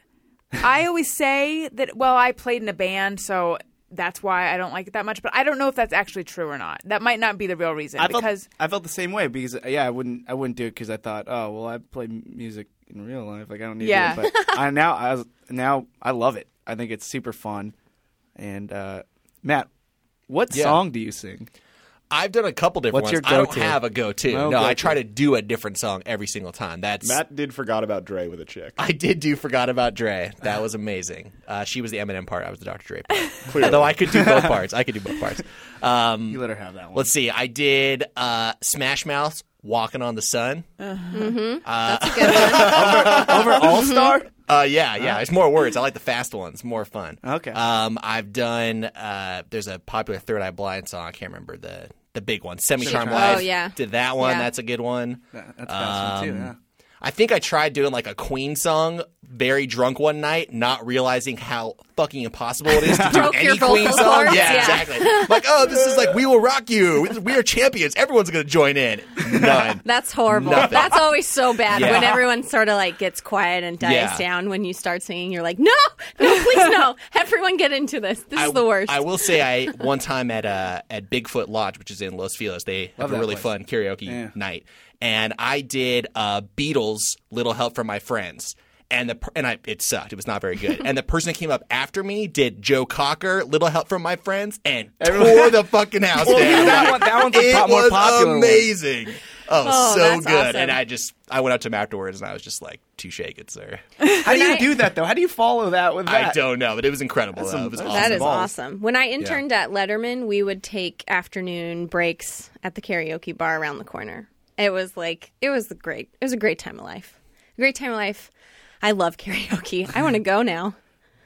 Speaker 1: I always say that. Well, I played in a band, so. That's why I don't like it that much, but I don't know if that's actually true or not. That might not be the real reason
Speaker 6: I felt,
Speaker 1: because
Speaker 6: I felt the same way because uh, yeah, I wouldn't I wouldn't do it because I thought oh well I play m- music in real life like I don't need
Speaker 1: Yeah.
Speaker 6: to. do it. But I now I was- now I love it. I think it's super fun. And uh, Matt, what
Speaker 3: Yeah.
Speaker 6: song do you sing?
Speaker 3: I've done a couple different
Speaker 6: What's
Speaker 3: ones.
Speaker 6: your
Speaker 3: I don't
Speaker 6: go-to?
Speaker 3: have a go-to.
Speaker 6: No
Speaker 3: No, I
Speaker 6: go-to.
Speaker 3: try to do a different song every single time. That's
Speaker 5: Matt did forgot about Dre with a chick. Uh,
Speaker 3: I did do Forgot About Dre. That was amazing. Uh, she was the Eminem part. I was the Dr. Dre part.
Speaker 5: Clearly.
Speaker 3: Though I could do both parts. I could do both parts. Um,
Speaker 6: You let her have that one.
Speaker 3: let's see. I did uh, Smash Mouth, Walking on the Sun.
Speaker 4: Oh. That's a good one.
Speaker 6: over All Star.
Speaker 3: Uh, yeah, yeah. It's more words. I like the fast ones. More fun.
Speaker 6: Okay.
Speaker 3: Um, I've done. Uh, there's a popular Third Eye Blind song. I can't remember the the big one. Semi Charm
Speaker 6: Semi-Charmed.
Speaker 3: Life.
Speaker 4: Oh, yeah.
Speaker 3: Did that one.
Speaker 4: Yeah.
Speaker 3: That's a good one.
Speaker 6: That's a fast one too.
Speaker 3: Um,
Speaker 6: Yeah.
Speaker 3: I think I tried doing like a Queen song, very drunk one night, not realizing how fucking impossible it is to do
Speaker 4: Broke your
Speaker 3: any
Speaker 4: vocal
Speaker 3: Queen song.
Speaker 4: cords,
Speaker 3: yeah,
Speaker 4: yeah.
Speaker 3: exactly. like, oh, this is like "We Will Rock You." We are champions. Everyone's gonna join in. None.
Speaker 4: That's horrible.
Speaker 3: Nothing.
Speaker 4: That's always so bad
Speaker 3: Yeah.
Speaker 4: when everyone sort of like gets quiet and dies
Speaker 3: Yeah.
Speaker 4: down when you start singing. You're like, no, no, please, no. Everyone get into this. This is the worst.
Speaker 3: I will say, I one time at uh, at Bigfoot Lodge, which is in Los Feliz, they have
Speaker 6: that
Speaker 3: a really
Speaker 6: place.
Speaker 3: fun karaoke
Speaker 6: Yeah.
Speaker 3: night, and I did uh, Beatles "Little Help from My Friends." And the per- and I it sucked. It was not very good. And the person that came up after me did Joe Cocker, "Little Help from My Friends," and tore the fucking house down.
Speaker 6: that one- that one's a
Speaker 3: it
Speaker 6: pop- more
Speaker 3: was
Speaker 6: popular one.
Speaker 3: amazing. Oh,
Speaker 4: Oh,
Speaker 3: so
Speaker 4: that's
Speaker 3: good.
Speaker 4: awesome.
Speaker 3: And I just I went up to him afterwards, and I was just like, "Touche, good sir."
Speaker 6: How do you do that though? How do you follow that with that?
Speaker 3: I don't know, but it was incredible.
Speaker 6: That's
Speaker 3: though.
Speaker 6: some-
Speaker 3: it was
Speaker 6: that's
Speaker 3: awesome.
Speaker 4: That is
Speaker 6: balls.
Speaker 4: awesome. When I interned at Letterman, we would take afternoon breaks at the karaoke bar around the corner. It was like it was great. It was a great time of life. Great time of life. I love karaoke. I want to go now.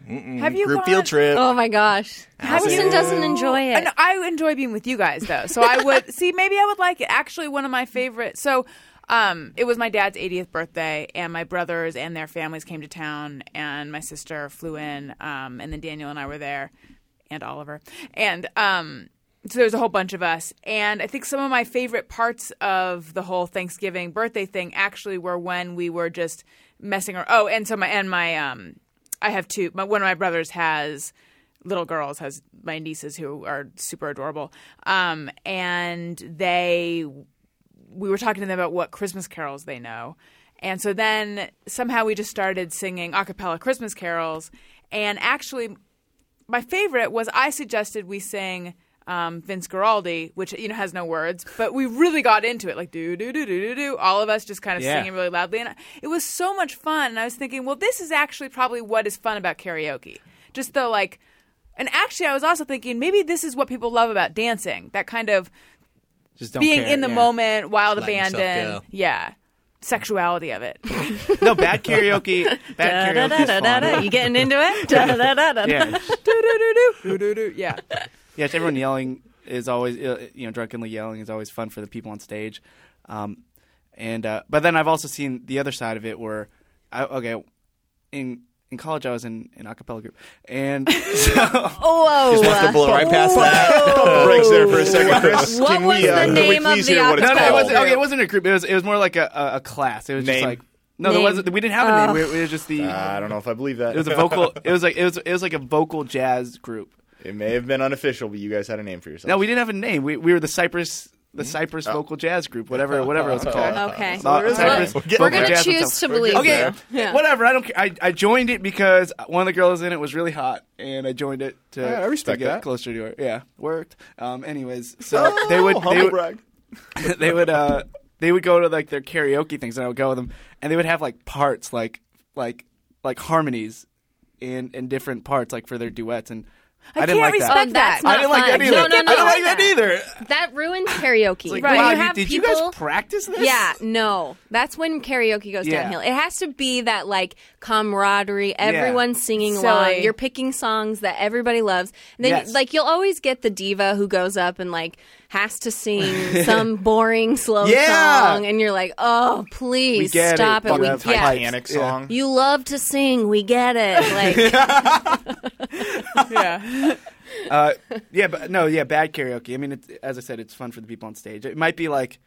Speaker 1: Have you
Speaker 3: Group
Speaker 1: gone-
Speaker 3: field trip.
Speaker 4: Oh my gosh, Allison doesn't enjoy
Speaker 1: I
Speaker 4: it.
Speaker 1: know- I enjoy being with you guys though, so I would see. Maybe I would like it. Actually, one of my favorite. So, um, it was my dad's 80th birthday, and my brothers and their families came to town, and my sister flew in, um, and then Daniel and I were there, and Oliver, and um. So there's a whole bunch of us, and I think some of my favorite parts of the whole Thanksgiving birthday thing actually were when we were just messing around. Oh, and so my and my um, I have two. My, one of my brothers has little girls has my nieces who are super adorable um, and they we were talking to them about what christmas carols they know and so then somehow we just started singing a cappella christmas carols and actually my favorite was i suggested we sing um, Vince Guaraldi, which you know has no words, but we really got into it, like do do do do do do. All of us just kind of
Speaker 6: Yeah.
Speaker 1: singing really loudly, and it was so much fun. And I was thinking, well, this is actually probably what is fun about karaoke, just the like and actually, I was also thinking maybe this is what people love about dancing that kind of
Speaker 6: Just don't
Speaker 1: being
Speaker 6: care,
Speaker 1: in the
Speaker 6: yeah.
Speaker 1: moment, wild
Speaker 3: Letting yourself
Speaker 1: abandon.
Speaker 3: go.
Speaker 1: Yeah. Sexuality of it.
Speaker 6: No bad karaoke. Bad
Speaker 4: Da, da, da,
Speaker 6: karaoke.
Speaker 4: da, da, da. You getting into it? Da, da, da, da, da, da.
Speaker 6: Yeah.
Speaker 1: Do-do-do-do. yeah.
Speaker 6: Yes, everyone yelling is always uh, you know drunkenly yelling is always fun for the people on stage, um, and uh, but then I've also seen the other side of it where, I, okay, in in college I was in an a cappella group, and so
Speaker 4: Whoa.
Speaker 3: Just blow right past that.
Speaker 5: Couple breaks there for a second, Chris.
Speaker 4: What
Speaker 5: Can
Speaker 4: was
Speaker 5: we,
Speaker 4: the
Speaker 5: uh, can we
Speaker 4: name of
Speaker 5: please
Speaker 4: the
Speaker 5: hear what it's
Speaker 6: no, no, it
Speaker 5: called?
Speaker 6: wasn't. Okay, it wasn't a group. It was it was more like a a, a class. It was just
Speaker 5: Name. Uh.
Speaker 6: like no, there
Speaker 4: Name.
Speaker 6: wasn't. We didn't have a name. We, it was just the.
Speaker 5: I don't know if I believe
Speaker 6: it was
Speaker 5: that.
Speaker 6: a vocal. It was like it was it was like a vocal jazz group.
Speaker 5: It may have been unofficial, but you guys had a name for yourself.
Speaker 6: No, we didn't have a name. We, we were the Cypress
Speaker 5: Mm-hmm.
Speaker 6: the Cypress
Speaker 5: Oh.
Speaker 6: vocal jazz group, whatever whatever it was called.
Speaker 4: Okay.
Speaker 6: Uh, Cypress
Speaker 4: We're
Speaker 6: vocal
Speaker 4: gonna
Speaker 6: jazz
Speaker 4: choose
Speaker 6: ensemble.
Speaker 4: to believe
Speaker 6: Okay,
Speaker 4: you. Yeah.
Speaker 6: whatever. I don't. Care. I I joined it because one of the girls in it was really hot, and I joined it to,
Speaker 5: Yeah, I
Speaker 6: to
Speaker 5: respect
Speaker 6: get
Speaker 5: that.
Speaker 6: closer to her. Yeah, worked. Um, anyways, so they would
Speaker 5: humble
Speaker 6: they would,
Speaker 5: brag.
Speaker 6: they would uh they would go to like their karaoke things, and I would go with them, and they would have like parts like like like harmonies in in different parts like for their duets, and I, didn't
Speaker 1: can't
Speaker 6: like
Speaker 1: respect
Speaker 6: that.
Speaker 4: Oh, that's
Speaker 1: that.
Speaker 6: I didn't like that
Speaker 4: not
Speaker 6: either.
Speaker 4: fun. No, no,
Speaker 6: I
Speaker 4: no.
Speaker 6: didn't like that either.
Speaker 4: That ruined karaoke.
Speaker 6: Like,
Speaker 1: Right.
Speaker 6: wow,
Speaker 4: You
Speaker 6: you-
Speaker 4: have
Speaker 6: did you
Speaker 4: people-
Speaker 6: guys practice this?
Speaker 4: Yeah, no. That's when karaoke goes
Speaker 6: Yeah.
Speaker 4: downhill. It has to be that like camaraderie, everyone's singing
Speaker 1: Silly.
Speaker 4: along. You're picking songs that everybody loves. And then
Speaker 6: Yes.
Speaker 4: like you'll always get the diva who goes up and like has to sing some boring slow
Speaker 6: Yeah.
Speaker 4: song and you're like, "Oh, please
Speaker 6: get it.
Speaker 4: stop it.
Speaker 6: Fuck
Speaker 4: We
Speaker 6: that
Speaker 4: yeah.
Speaker 5: Titanic
Speaker 6: Yeah.
Speaker 5: song.
Speaker 4: You love to sing. We get it." Like
Speaker 1: Yeah.
Speaker 6: Uh, yeah, but no, yeah, bad karaoke. I mean, it's, as I said, it's fun for the people on stage. It might be like,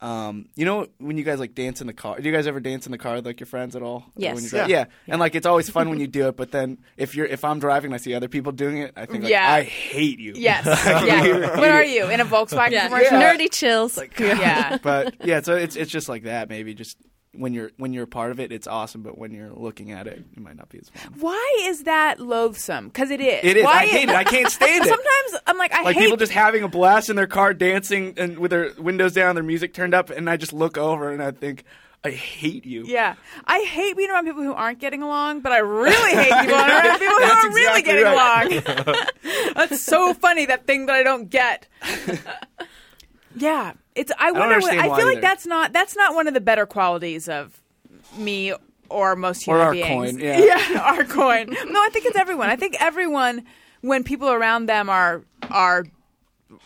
Speaker 6: um, you know, when you guys like dance in the car. Do you guys ever dance in the car with like your friends at all?
Speaker 4: Yes.
Speaker 6: When you
Speaker 4: Yeah.
Speaker 6: drive- yeah. And like, it's always fun when you do it. But then if you're if I'm driving, and I see other people doing it. I think like,
Speaker 1: Yeah.
Speaker 6: I hate you.
Speaker 1: Yes. Yeah. What are you? In a Volkswagen commercial?
Speaker 4: nerdy chills.
Speaker 1: Yeah.
Speaker 6: But yeah, so it's it's just like that. Maybe just when you're when you're a part of it, it's awesome. But when you're looking at it, it might not be as fun.
Speaker 1: Why is that loathsome? Because it is.
Speaker 6: It is.
Speaker 1: Why
Speaker 6: I hate it. I can't stand it.
Speaker 1: Sometimes I'm like, I
Speaker 6: Like
Speaker 1: hate
Speaker 6: people just having a blast in their car, dancing and with their windows down, their music turned up, and I just look over and I think, I hate you.
Speaker 1: Yeah, I hate being around people who aren't getting along, but I really hate being around people who
Speaker 6: That's
Speaker 1: are really
Speaker 6: exactly
Speaker 1: getting
Speaker 6: right.
Speaker 1: along. That's so funny that thing that I don't get. yeah, it's. I wonder. what,
Speaker 6: understand
Speaker 1: I
Speaker 6: why
Speaker 1: feel like
Speaker 6: either.
Speaker 1: that's not that's not one of the better qualities of me or most human
Speaker 6: our
Speaker 1: beings.
Speaker 6: coin, yeah.
Speaker 1: our coin. No, I think it's everyone. I think everyone when people around them are are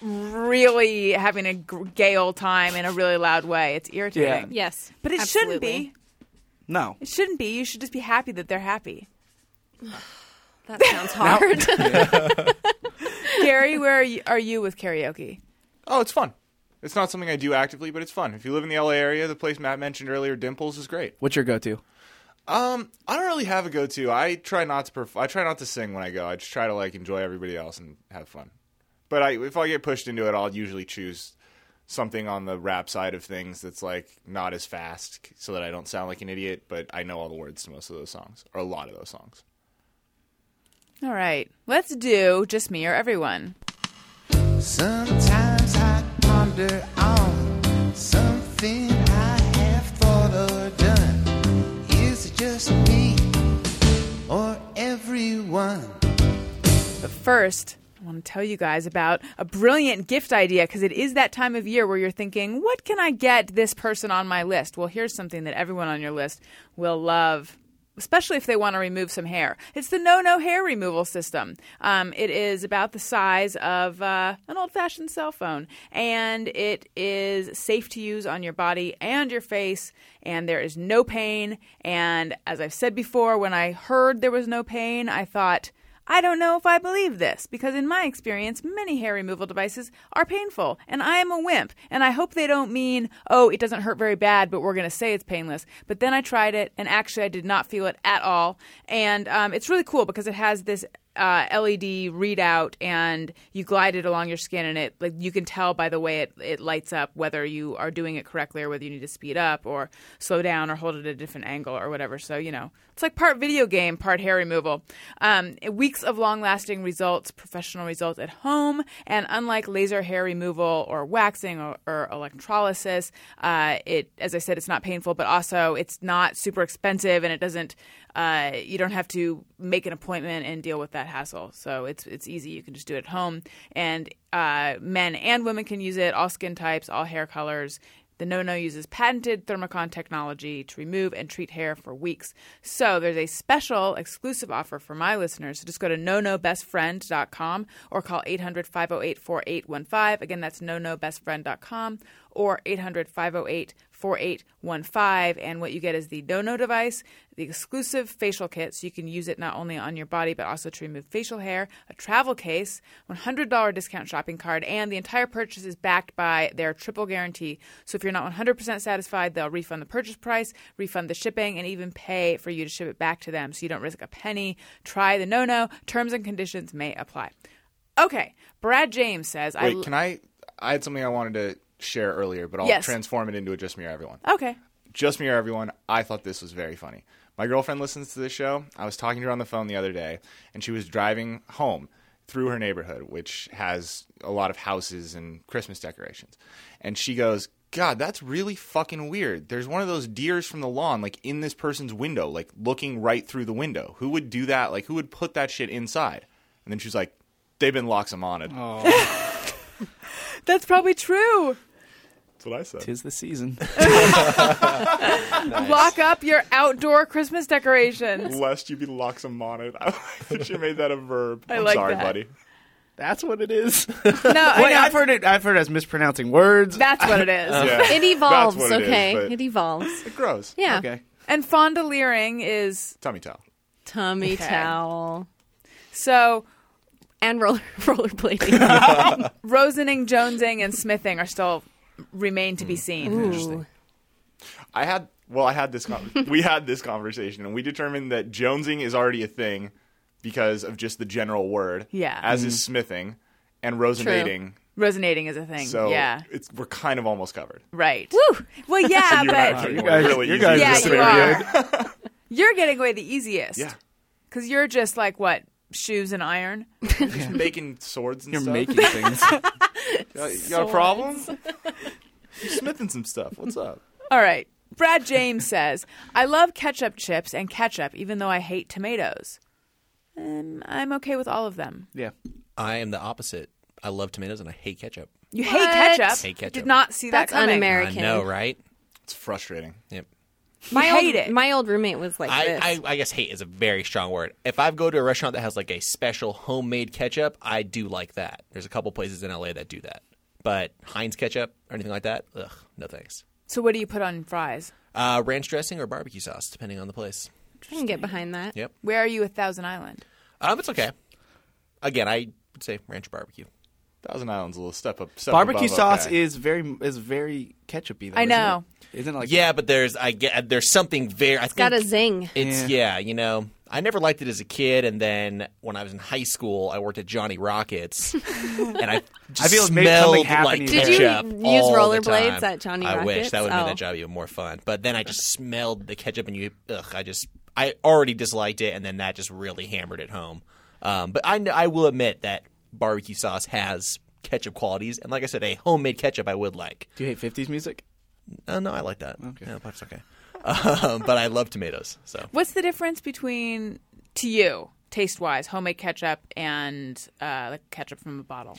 Speaker 1: really having a gr- gay old time in a really loud way. It's irritating.
Speaker 4: Yes.
Speaker 1: But it shouldn't
Speaker 4: absolutely.
Speaker 1: be.
Speaker 6: No.
Speaker 1: It shouldn't be. You should just be happy that they're happy.
Speaker 4: That sounds hard.
Speaker 1: Gary, where are you, are you with karaoke?
Speaker 5: Oh, it's fun. It's not something I do actively, but it's fun. If you live in the LA area, the place Matt mentioned earlier, Dimples, is great.
Speaker 6: What's your go-to?
Speaker 5: I don't really have a go-to. I try not to perf- I try not to sing when I go. I just try to like enjoy everybody else and have fun. But I, if I get pushed into it, I'll usually choose something on the rap side of things that's like not as fast, c- so that I don't sound like an idiot. But I know all the words to most of those songs, or a lot of those songs.
Speaker 1: All right, let's do just me or everyone.
Speaker 2: Sometimes I ponder on something I have thought or done. Is it just me or everyone?
Speaker 1: But first, I want to tell you guys about a brilliant gift idea because it is that time of year where you're thinking, what can I get this person on my list? Well, here's something that everyone on your list will love. Especially if they want to remove some hair. It's the No No Hair Removal System. Um, it is about the size of uh, an old fashioned cell phone, and it is safe to use on your body and your face, and there is no pain. And as I've said before, when I heard there was no pain, I thought, I don't know if I believe this because, in my experience, many hair removal devices are painful, and I am a wimp. And I hope they don't mean, oh, it doesn't hurt very bad, but we're going to say it's painless. But then I tried it, and actually, I did not feel it at all. And um, it's really cool because it has this uh, LED readout, and you glide it along your skin, and it like you can tell by the way it, it lights up whether you are doing it correctly or whether you need to speed up or slow down or hold it at a different angle or whatever. So you know, it's like part video game, part hair removal. Um, weeks of long-lasting results, professional results at home, and unlike laser hair removal or waxing or, or electrolysis, uh, it as I said, it's not painful, but also it's not super expensive, and it doesn't. Uh, you don't have to make an appointment and deal with that hassle. So it's it's easy. You can just do it at home, and uh, men and women can use it. All skin types, all hair colors. The No No uses patented Thermocon technology to remove and treat hair for weeks. So there's a special exclusive offer for my listeners. So just go to no no nonobestfriend.com or call 800 508 4815. Again, that's no no nonobestfriend.com or 800 508 4815. And what you get is the No No device, the exclusive facial kit, so you can use it not only on your body but also to remove facial hair, a travel case, $100 discount shopping card, and the entire purchase is backed by their triple guarantee. So if you're not 100% satisfied, they'll refund the purchase price, refund the shipping, and even pay for you to ship it back to them so you don't risk a penny. Try the No No. Terms and conditions may apply. Okay, Brad James says,
Speaker 5: Wait,
Speaker 1: I.
Speaker 5: can I? I had something I wanted to share earlier, but I'll
Speaker 1: Yes.
Speaker 5: transform it into a just me or everyone.
Speaker 1: Okay.
Speaker 5: just me or everyone, I thought this was very funny. My girlfriend listens to this show. I was talking to her on the phone the other day, and she was driving home through her neighborhood, which has a lot of houses and Christmas decorations. And she goes, God, that's really fucking weird. There's one of those deers from the lawn, like in this person's window, like looking right through the window. Who would do that? Like, who would put that shit inside? And then she's like, They've been loxamoned.
Speaker 1: That's probably true.
Speaker 5: That's what I said.
Speaker 6: Tis the season.
Speaker 1: Lock up your outdoor Christmas decorations.
Speaker 5: Lest you be loxamoned. I like that she made that a verb.
Speaker 1: I
Speaker 5: am
Speaker 1: like
Speaker 5: sorry,
Speaker 1: that.
Speaker 5: buddy.
Speaker 6: That's what it is.
Speaker 1: No, I
Speaker 6: Wait,
Speaker 1: know.
Speaker 6: I've heard it. I've heard it as mispronouncing words.
Speaker 1: That's what it is.
Speaker 5: Yeah.
Speaker 4: It evolves,
Speaker 5: That's what it is,
Speaker 4: okay?
Speaker 5: but-
Speaker 4: It evolves.
Speaker 5: Gross.
Speaker 4: Yeah.
Speaker 6: okay.
Speaker 1: And fondoliering is
Speaker 5: Tummy towel.
Speaker 4: Tummy towel.
Speaker 1: so
Speaker 4: And roller rollerblading.
Speaker 1: Rosening, Jonesing, and Smithing are still remain
Speaker 5: Mm.
Speaker 1: to be seen.
Speaker 4: Ooh.
Speaker 5: I had well, I had this con- we had this conversation, and we determined that jonesing is already a thing because of just the general word.
Speaker 6: Mm-hmm.
Speaker 1: Yeah.
Speaker 5: As is smithing and rosinating.
Speaker 1: Resonating is a thing.
Speaker 5: So
Speaker 1: yeah.
Speaker 5: it's we're kind of almost covered.
Speaker 1: Right. Woo. Well, yeah,
Speaker 5: You're
Speaker 1: but
Speaker 5: actually
Speaker 6: You guys-
Speaker 5: really
Speaker 6: you
Speaker 5: easy
Speaker 6: guys
Speaker 5: to
Speaker 1: yeah,
Speaker 5: get
Speaker 1: you
Speaker 5: away with.
Speaker 1: are. you're getting away the easiest.
Speaker 5: Yeah.
Speaker 1: Because you're just like what shoes and iron.
Speaker 5: Just making swords and
Speaker 6: You're
Speaker 5: stuff.
Speaker 6: making things.
Speaker 5: you got, you got a problem? You're smithing some stuff. What's up?
Speaker 1: All right. Brad James says, I love ketchup chips and ketchup, even though I hate tomatoes. And I'm okay with all of them.
Speaker 6: yeah.
Speaker 3: I am the opposite. I love tomatoes and I hate ketchup.
Speaker 1: You hate
Speaker 4: What?
Speaker 1: ketchup.
Speaker 3: Hate ketchup.
Speaker 1: Did not see
Speaker 4: That's
Speaker 1: that coming.
Speaker 4: un-American.
Speaker 3: I know, right?
Speaker 5: It's frustrating.
Speaker 3: Yep.
Speaker 4: My
Speaker 1: You hate
Speaker 4: old,
Speaker 1: it.
Speaker 4: My old roommate was like this.
Speaker 3: I, I, I guess hate is a very strong word. If I go to a restaurant that has like a special homemade ketchup, I do like that. There's a couple places in LA that do that. But Heinz ketchup or anything like that, ugh, no thanks.
Speaker 1: So what do you put on fries?
Speaker 3: Uh, ranch dressing or barbecue sauce, depending on the place.
Speaker 4: I can get behind that.
Speaker 3: Yep.
Speaker 1: Where are you with Thousand Island?
Speaker 3: Um, it's okay. Again, I would say ranch barbecue.
Speaker 5: Thousand Island's a little step up. Step
Speaker 6: Barbecue
Speaker 5: above,
Speaker 6: sauce
Speaker 5: okay.
Speaker 6: is very is very ketchupy. Though,
Speaker 1: I
Speaker 6: isn't
Speaker 1: know.
Speaker 6: it? Isn't it like
Speaker 3: Yeah, but there's I get there's something very. I think
Speaker 4: Got a zing.
Speaker 3: It's yeah. you know. I never liked it as a kid, and then when I was in high school, I worked at Johnny Rockets, and I just
Speaker 6: I feel it made
Speaker 3: smelled
Speaker 6: something happen
Speaker 3: like
Speaker 6: in
Speaker 4: your
Speaker 3: ketchup.
Speaker 4: Did you use
Speaker 3: all the
Speaker 4: rollerblades
Speaker 3: time.
Speaker 4: at Johnny
Speaker 3: I wish
Speaker 4: Rockets?
Speaker 3: that would have
Speaker 4: Oh.
Speaker 3: made that job even more fun. But then I just smelled the ketchup, and you, ugh, I just, I already disliked it, and then that just really hammered it home. Um, but I, kn- I will admit that barbecue sauce has ketchup qualities, and like I said, a homemade ketchup I would like.
Speaker 6: Do you hate fifties music?
Speaker 3: Oh no, I like that. Okay, yeah, that's okay. um, but I love tomatoes, so
Speaker 1: What's the difference between to you, taste wise, homemade ketchup and uh, like ketchup from a bottle?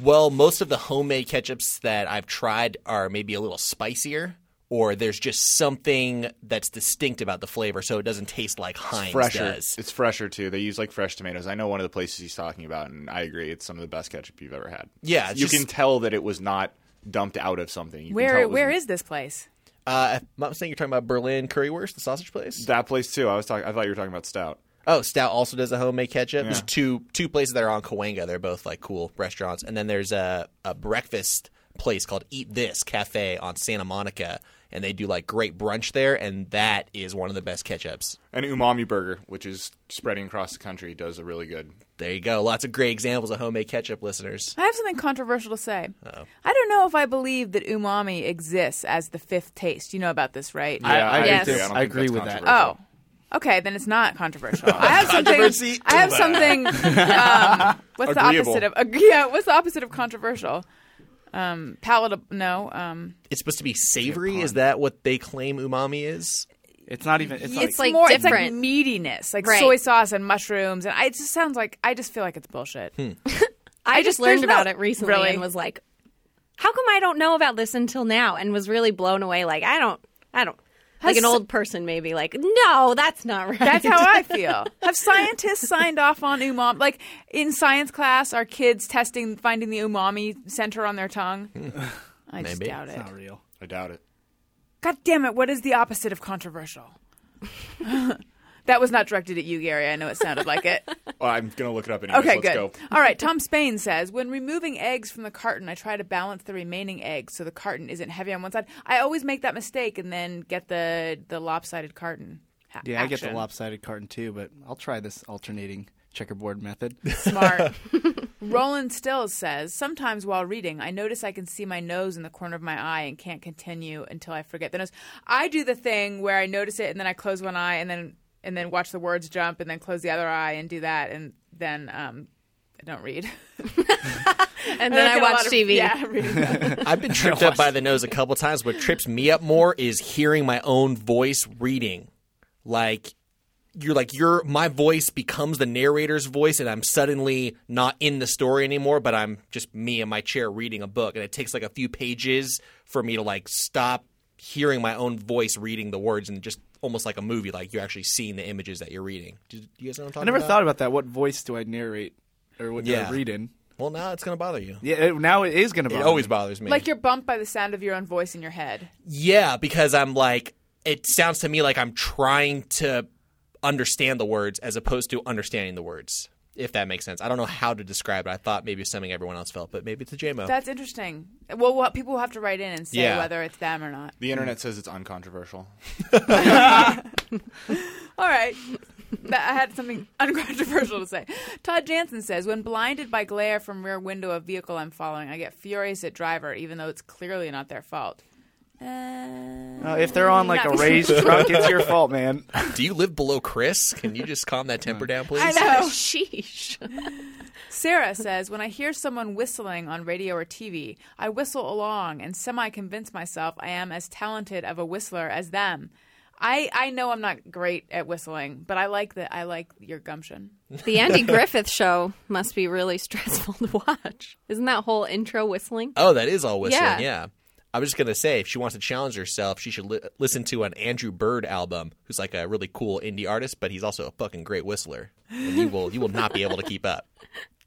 Speaker 3: Well, most of the homemade ketchups that I've tried are maybe a little spicier, or there's just something that's distinct about the flavor, so it doesn't taste like Heinz
Speaker 5: fresher.
Speaker 3: does.
Speaker 5: It's fresher too. They use like fresh tomatoes. I know one of the places he's talking about, and I agree. It's some of the best ketchup you've ever had.
Speaker 3: Yeah, it's
Speaker 5: you
Speaker 3: just-
Speaker 5: can tell that it was not dumped out of something. You can tell
Speaker 1: Where
Speaker 5: it was
Speaker 1: where is this place?
Speaker 3: Uh, I'm not saying you're talking about Berlin Currywurst, the sausage place.
Speaker 5: that place too? I was talking. I thought you were talking about stout.
Speaker 3: Oh, Stout also does a homemade ketchup. There's two two places that are on Cahuenga. They're both like cool restaurants, and then there's a a breakfast place called Eat This Cafe on Santa Monica, and they do like great brunch there, and that is one of the best ketchups.
Speaker 5: An umami burger, which is spreading across the country, does a really good.
Speaker 3: There you go. Lots of great examples of homemade ketchup, listeners.
Speaker 1: I have something controversial to say.
Speaker 5: Oh.
Speaker 1: I don't know if I believe that umami exists as the fifth taste. You know about this, right?
Speaker 5: Yeah, I,
Speaker 6: I,
Speaker 5: do
Speaker 4: Yes.
Speaker 5: too. I
Speaker 6: do.
Speaker 5: don't
Speaker 6: I
Speaker 5: think
Speaker 6: agree
Speaker 5: that's
Speaker 6: with that.
Speaker 1: Oh,
Speaker 5: controversial.
Speaker 1: okay, then it's not controversial. I have something.
Speaker 3: Controversy
Speaker 1: I have something. Um, what's
Speaker 5: Agreeable.
Speaker 1: the opposite of? ag- yeah, what's the opposite of controversial? Um, palatable? No. Um,
Speaker 3: it's supposed to be savory. Is that what they claim umami is?
Speaker 6: It's not even. It's, not
Speaker 1: it's
Speaker 4: like
Speaker 1: more. It's like
Speaker 4: different.
Speaker 1: meatiness, like
Speaker 4: Right.
Speaker 1: soy sauce and mushrooms, and I, it just sounds like I just feel like it's bullshit.
Speaker 4: I,
Speaker 1: just-
Speaker 4: just
Speaker 1: there's
Speaker 4: learned
Speaker 1: no-
Speaker 4: about it recently
Speaker 1: Really?
Speaker 4: and was like, "How come I don't know about this until now?" And was really blown away. Like, I don't, I don't. Like an
Speaker 1: Has-
Speaker 4: old person, maybe. Like, no, that's not right.
Speaker 1: That's how I feel. Have scientists signed off on umami? Like in science class, are kids testing finding the umami center on their tongue? I just
Speaker 3: Maybe.
Speaker 1: doubt it.
Speaker 6: not real.
Speaker 5: I doubt it.
Speaker 1: God damn it! What is the opposite of controversial? that was not directed at you, Gary. I know it sounded like it.
Speaker 5: Oh, I'm gonna look it up anyway.
Speaker 1: Okay,
Speaker 5: Let's
Speaker 1: good.
Speaker 5: go.
Speaker 1: All right. Tom Spain says, when removing eggs from the carton, I try to balance the remaining eggs so the carton isn't heavy on one side. I always make that mistake and then get the the lopsided carton. Ha-
Speaker 6: Yeah, I get the
Speaker 1: action.
Speaker 6: lopsided carton too, but I'll try this alternating checkerboard method.
Speaker 1: Smart. Roland Stills says, sometimes while reading, I notice I can see my nose in the corner of my eye and can't continue until I forget the nose. I do the thing where I notice it and then I close one eye and then and then watch the words jump and then close the other eye and do that and then um, I don't read.
Speaker 4: and then I
Speaker 1: get a lot
Speaker 4: watch
Speaker 1: of-
Speaker 4: TV.
Speaker 1: Yeah, I read.
Speaker 3: I've been tripped up by the nose a couple times. What trips me up more is hearing my own voice reading. Like you're like your my voice becomes the narrator's voice, and I'm suddenly not in the story anymore, but I'm just me in my chair reading a book, and it takes like a few pages for me to like stop hearing my own voice reading the words and just almost like a movie like you're actually seeing the images that you're reading do do you guys know what i'm talking
Speaker 6: I never
Speaker 3: about
Speaker 6: thought about that. What voice do I narrate or what do I
Speaker 3: Yeah.
Speaker 6: read in?
Speaker 3: well now it's gonna bother you
Speaker 6: Yeah, it, now it is going to
Speaker 3: it
Speaker 6: bother.
Speaker 3: always
Speaker 6: me.
Speaker 3: bothers me
Speaker 1: like you're bumped by the sound of your own voice in your head.
Speaker 3: Yeah, because I'm like, it sounds to me like I'm trying to understand the words as opposed to understanding the words, if that makes sense. I don't know how to describe it. I thought maybe it's something everyone else felt, but maybe it's a JMO.
Speaker 1: That's interesting. Well, what, people will have to write in and say
Speaker 3: Oh. Yeah.
Speaker 1: whether it's them or not.
Speaker 5: The internet says it's uncontroversial.
Speaker 1: All right. that I had something uncontroversial to say. Todd Jansen says, when blinded by glare from rear window of vehicle I'm following, I get furious at driver, even though it's clearly not their fault. Uh,
Speaker 6: Uh, if they're on like a
Speaker 1: Not-
Speaker 6: raised truck, it's your fault, man.
Speaker 3: Do you live below Chris? Can you just calm that temper down, please?
Speaker 1: I know.
Speaker 4: Sheesh.
Speaker 1: Sarah says, when I hear someone whistling on radio or TV, I whistle along and semi convince myself I am as talented of a whistler as them. I, I know I'm not great at whistling, but I like that I like your gumption.
Speaker 4: The Andy Griffith show must be really stressful to watch. Isn't that whole intro whistling?
Speaker 3: Oh, that is all whistling.
Speaker 4: Yeah.
Speaker 3: Yeah. I was just gonna say, if she wants to challenge herself, she should li- listen to an Andrew Bird album, who's like a really cool indie artist, but he's also a fucking great whistler. And you will, you will not be able to keep up.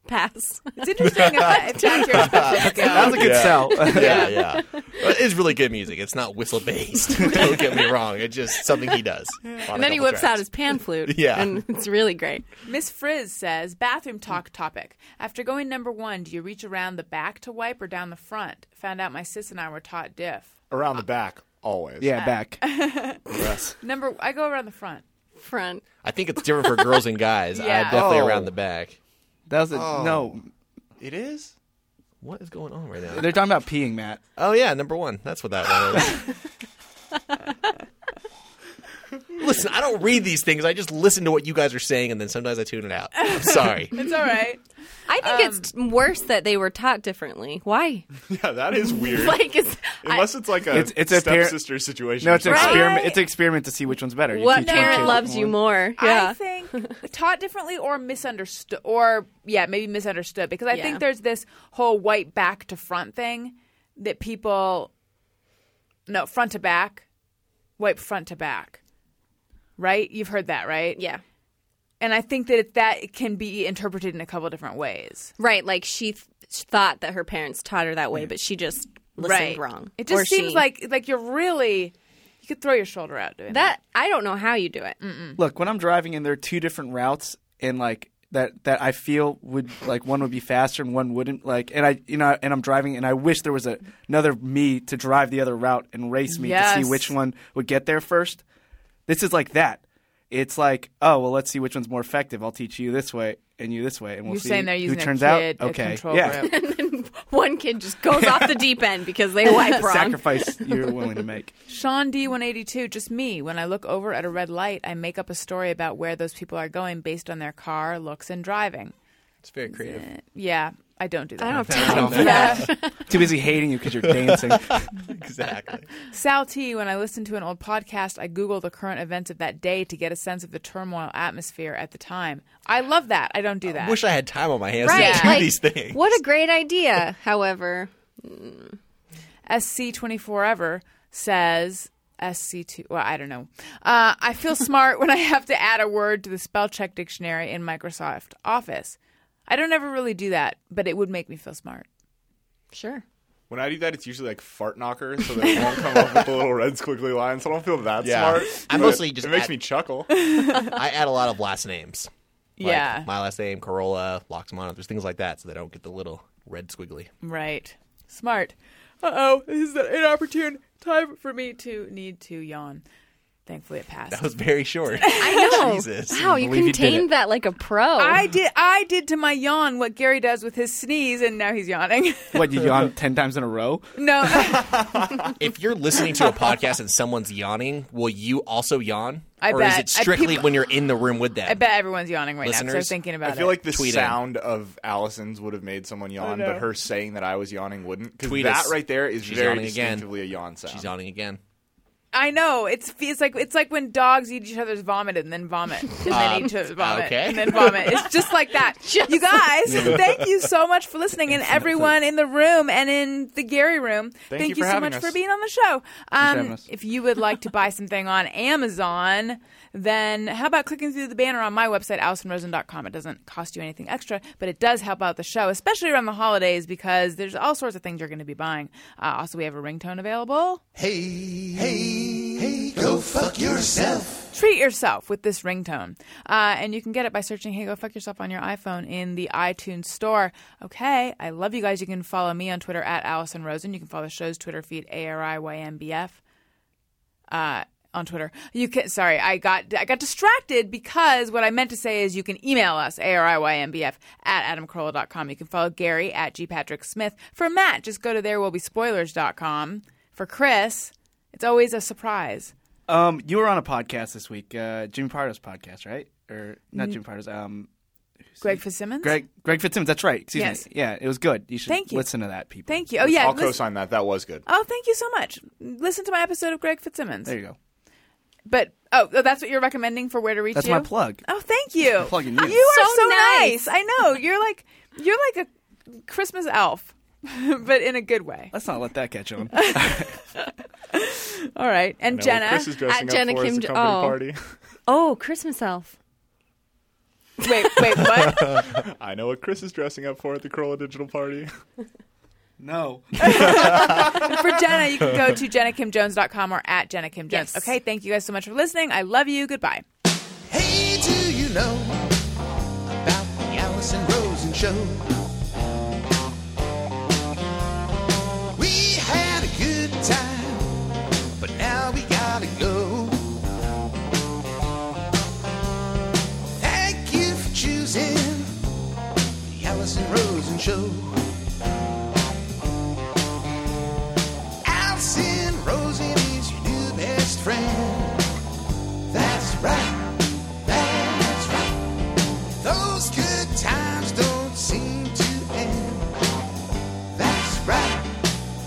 Speaker 4: Pass.
Speaker 1: It's interesting if, that, if that's your specialty.
Speaker 6: That was a good sell.
Speaker 3: Yeah, yeah. It is really good music. It's not whistle based. Don't get me wrong. It's just something he does.
Speaker 4: And then he whips out his pan flute.
Speaker 3: Yeah.
Speaker 4: And it's really great.
Speaker 1: Miss Frizz says, bathroom talk topic. After going number one, do you reach around the back to wipe or down the front? Found out my sis and I were taught diff.
Speaker 5: Around the back, always.
Speaker 6: yeah, back.
Speaker 1: Number, I go around the front.
Speaker 4: Front.
Speaker 3: I think it's different for girls and guys. I
Speaker 1: Yeah.
Speaker 3: definitely
Speaker 5: Oh.
Speaker 3: around the back.
Speaker 6: That was a, no.
Speaker 5: It is?
Speaker 3: What is going on right now?
Speaker 6: They're talking about peeing, Matt.
Speaker 3: Oh yeah, number one. That's what that one is. listen, I don't read these things. I just listen to what you guys are saying, and then sometimes I tune it out. I'm sorry.
Speaker 1: It's all right.
Speaker 4: I think it's worse that they were taught differently. Um, Why?
Speaker 5: Yeah, that is weird.
Speaker 4: Like, it's, I,
Speaker 5: Unless it's like a
Speaker 6: It's- it's a par-
Speaker 5: stepsister situation.
Speaker 6: No, it's an
Speaker 5: or something.
Speaker 6: experiment. It's an experiment to see which one's better. You
Speaker 4: what
Speaker 6: teach one
Speaker 4: parent
Speaker 6: kid
Speaker 4: loves you
Speaker 6: one.
Speaker 4: more? Yeah.
Speaker 1: I think taught differently or misunderstood, or yeah, maybe misunderstood because I
Speaker 4: Yeah.
Speaker 1: think there's this whole white back to front thing that people, no, front to back, wipe front to back. Right? You've heard that, right?
Speaker 4: yeah.
Speaker 1: And I think that that can be interpreted in a couple different ways.
Speaker 4: Right. Like, she th- thought that her parents taught her that way, but she just listened
Speaker 1: right.
Speaker 4: wrong.
Speaker 1: It just
Speaker 4: Or
Speaker 1: seems
Speaker 4: she-
Speaker 1: like like you're really you could throw your shoulder out doing that.
Speaker 4: that. I don't know how you do it.
Speaker 6: Look, when I'm driving and there are two different routes, and like that, that I feel would like one would be faster and one wouldn't. Like, and I, you know, and I'm driving, and I wish there was a, another me to drive the other route and race me to
Speaker 1: Yes.
Speaker 6: see which one would get there first. This is like that. It's like, oh well, let's see which one's more effective. I'll teach you this way and you this way, and we'll
Speaker 1: You're
Speaker 6: see
Speaker 1: saying they're
Speaker 6: who
Speaker 1: using a
Speaker 6: turns
Speaker 1: kid
Speaker 6: out
Speaker 1: a
Speaker 6: okay.
Speaker 1: control
Speaker 6: yeah,
Speaker 1: group.
Speaker 4: One kid just goes off the deep end because they wipe wrong.
Speaker 6: sacrifice you're willing to make.
Speaker 1: Sean D182, just me. When I look over at a red light, I make up a story about where those people are going based on their car, looks, and driving.
Speaker 3: It's very creative.
Speaker 1: Yeah, I don't do that.
Speaker 4: I don't have time.
Speaker 6: Too busy hating you because you're dancing.
Speaker 3: Exactly.
Speaker 1: Sal T, when I listen to an old podcast, I Google the current events of that day to get a sense of the turmoil atmosphere at the time. I love that. I don't do that.
Speaker 3: I wish I had time on my hands
Speaker 4: Right.
Speaker 3: to do
Speaker 4: like,
Speaker 3: these things.
Speaker 4: What a great idea. However,
Speaker 1: SC24 Ever says SC2. Well, I don't know. Uh, I feel smart when I have to add a word to the spell check dictionary in Microsoft Office. I don't ever really do that, but it would make me feel smart.
Speaker 4: sure.
Speaker 5: When I do that, it's usually like fart knocker, so that it won't come up with the little red squiggly line. So I don't feel that
Speaker 3: Yeah.
Speaker 5: smart.
Speaker 3: I
Speaker 5: but
Speaker 3: mostly just
Speaker 5: it makes
Speaker 3: add-
Speaker 5: me chuckle.
Speaker 3: I add a lot of last names. Like
Speaker 1: Yeah.
Speaker 3: My last name, Corolla, Loxmana. There's things like that, so they don't get the little red squiggly.
Speaker 1: Right. Smart. Uh oh, this is an inopportune time for me to need to yawn. Thankfully, it passed.
Speaker 3: That was very short.
Speaker 4: I know.
Speaker 3: Jesus.
Speaker 4: Wow, you
Speaker 6: believe you did it.
Speaker 4: contained that like a pro.
Speaker 1: I did. I did to my yawn what Gary does with his sneeze, and now he's yawning.
Speaker 6: what you yawn ten times in a row?
Speaker 1: no,
Speaker 3: If you're listening to a podcast and someone's yawning, will you also yawn?
Speaker 1: I
Speaker 3: or is
Speaker 1: bet.
Speaker 3: it
Speaker 1: I-
Speaker 3: strictly
Speaker 1: people-
Speaker 3: when you're in the room with them?
Speaker 1: I bet everyone's yawning right now. So
Speaker 3: Listeners,
Speaker 1: thinking about
Speaker 5: I feel
Speaker 1: it.
Speaker 5: like the
Speaker 3: Tweet in.
Speaker 5: sound of Allison's would have made someone yawn, but her saying that I was yawning wouldn't. Because
Speaker 3: Tweet
Speaker 5: that
Speaker 3: us.
Speaker 5: right there is
Speaker 3: She's
Speaker 5: very
Speaker 3: yawning again.
Speaker 5: distinctively a yawn sound.
Speaker 3: She's yawning again.
Speaker 1: I know. It's it's like it's like when dogs eat each other's vomit and then vomit and then eat each other's vomit
Speaker 3: okay.
Speaker 1: and then vomit. It's just like that. you guys, thank you so much for listening, and everyone in the room and in the Gary room. Thank,
Speaker 5: you for
Speaker 1: so
Speaker 5: having
Speaker 1: much
Speaker 5: us.
Speaker 1: for being on the show.
Speaker 6: having
Speaker 1: Um,
Speaker 6: us.
Speaker 1: if you would like to buy something on Amazon, then how about clicking through the banner on my website, AllisonRosen.com? It doesn't cost you anything extra, but it does help out the show, especially around the holidays because there's all sorts of things you're going to be buying. Uh, also, we have a ringtone available.
Speaker 2: Go fuck yourself.
Speaker 1: treat yourself with this ringtone. Uh, and you can get it by searching Hey Go Fuck Yourself on your iPhone in the iTunes store. Okay, I love you guys. You can follow me on Twitter at Allison Rosen. You can follow the show's Twitter feed, ARIYMBF. Uh, on Twitter. You can sorry, I got I got distracted because what I meant to say is you can email us, A-R-I-Y-M-B-F at adamcarolla.com. You can follow Gary at G Patrick Smith. For Matt, just go to there will be spoilers.com. For Chris, it's always a surprise.
Speaker 6: Um, you were on a podcast this week, uh, Jimmy Pardo's podcast, right? Or
Speaker 1: Mm-hmm.
Speaker 6: not Jimmy Pardo's. Um,
Speaker 1: Greg Fitzsimmons?
Speaker 6: Greg Greg Fitzsimmons. That's right. Excuse
Speaker 1: Yes.
Speaker 6: me. Yeah, it was good. You should
Speaker 1: Thank you.
Speaker 6: listen to that, people.
Speaker 1: Thank you. Oh yeah.
Speaker 5: I'll
Speaker 1: listen-
Speaker 5: co-sign that. That was good.
Speaker 1: Oh, thank you so much. Listen to my episode of Greg Fitzsimmons.
Speaker 6: There you go.
Speaker 1: But oh, oh, that's what you're recommending for where to reach
Speaker 6: That's
Speaker 1: you.
Speaker 6: my plug.
Speaker 1: Oh, thank you.
Speaker 6: plugging
Speaker 1: you
Speaker 6: you.
Speaker 1: are so,
Speaker 4: So
Speaker 1: nice.
Speaker 4: nice.
Speaker 1: I know you're like you're like a Christmas elf, but in a good way.
Speaker 6: Let's not let that catch on.
Speaker 1: All right, and Jenna.
Speaker 5: Chris is dressing
Speaker 4: at Jenna
Speaker 5: up for us
Speaker 4: Kim
Speaker 5: at
Speaker 4: Jo-
Speaker 5: the company
Speaker 4: oh.
Speaker 5: party.
Speaker 4: Oh, Christmas elf.
Speaker 1: wait, wait, what?
Speaker 5: I know what Chris is dressing up for at the Corolla Digital Party.
Speaker 6: no.
Speaker 1: for Jenna, you can go to jennakimjones.com or at jennakimjones.
Speaker 4: Yes.
Speaker 1: Okay, thank you guys so much for listening. I love you. Goodbye.
Speaker 2: Hey, do you know about the Allison Rosen show? We had a good time, but now we gotta go. Thank you for choosing the Allison Rosen show. Allison Rosen is your new best friend. That's right. That's right. Those good times don't seem to end. That's right.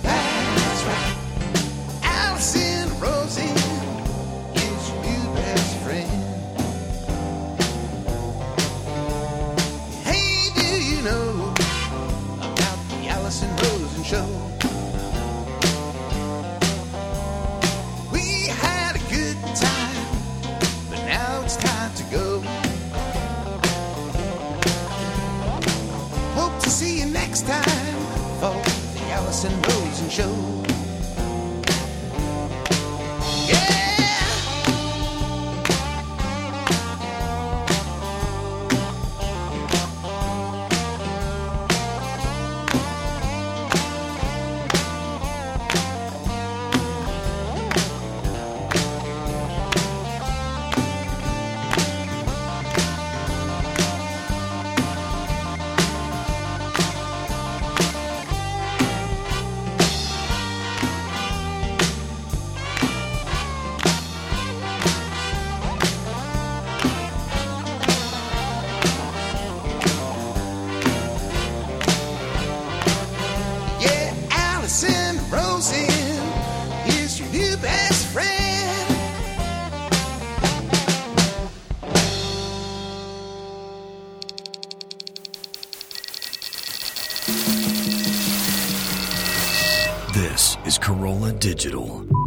Speaker 2: That's right. Allison Rosie is your new best friend. Hey, do you know about the Allison Rosen show? We had a good time but now it's time to go. Hope to see you next time for the Allison Rosen Show. Yeah! Yeah, Allison Rosen is your new best friend.
Speaker 7: This is Corolla Digital.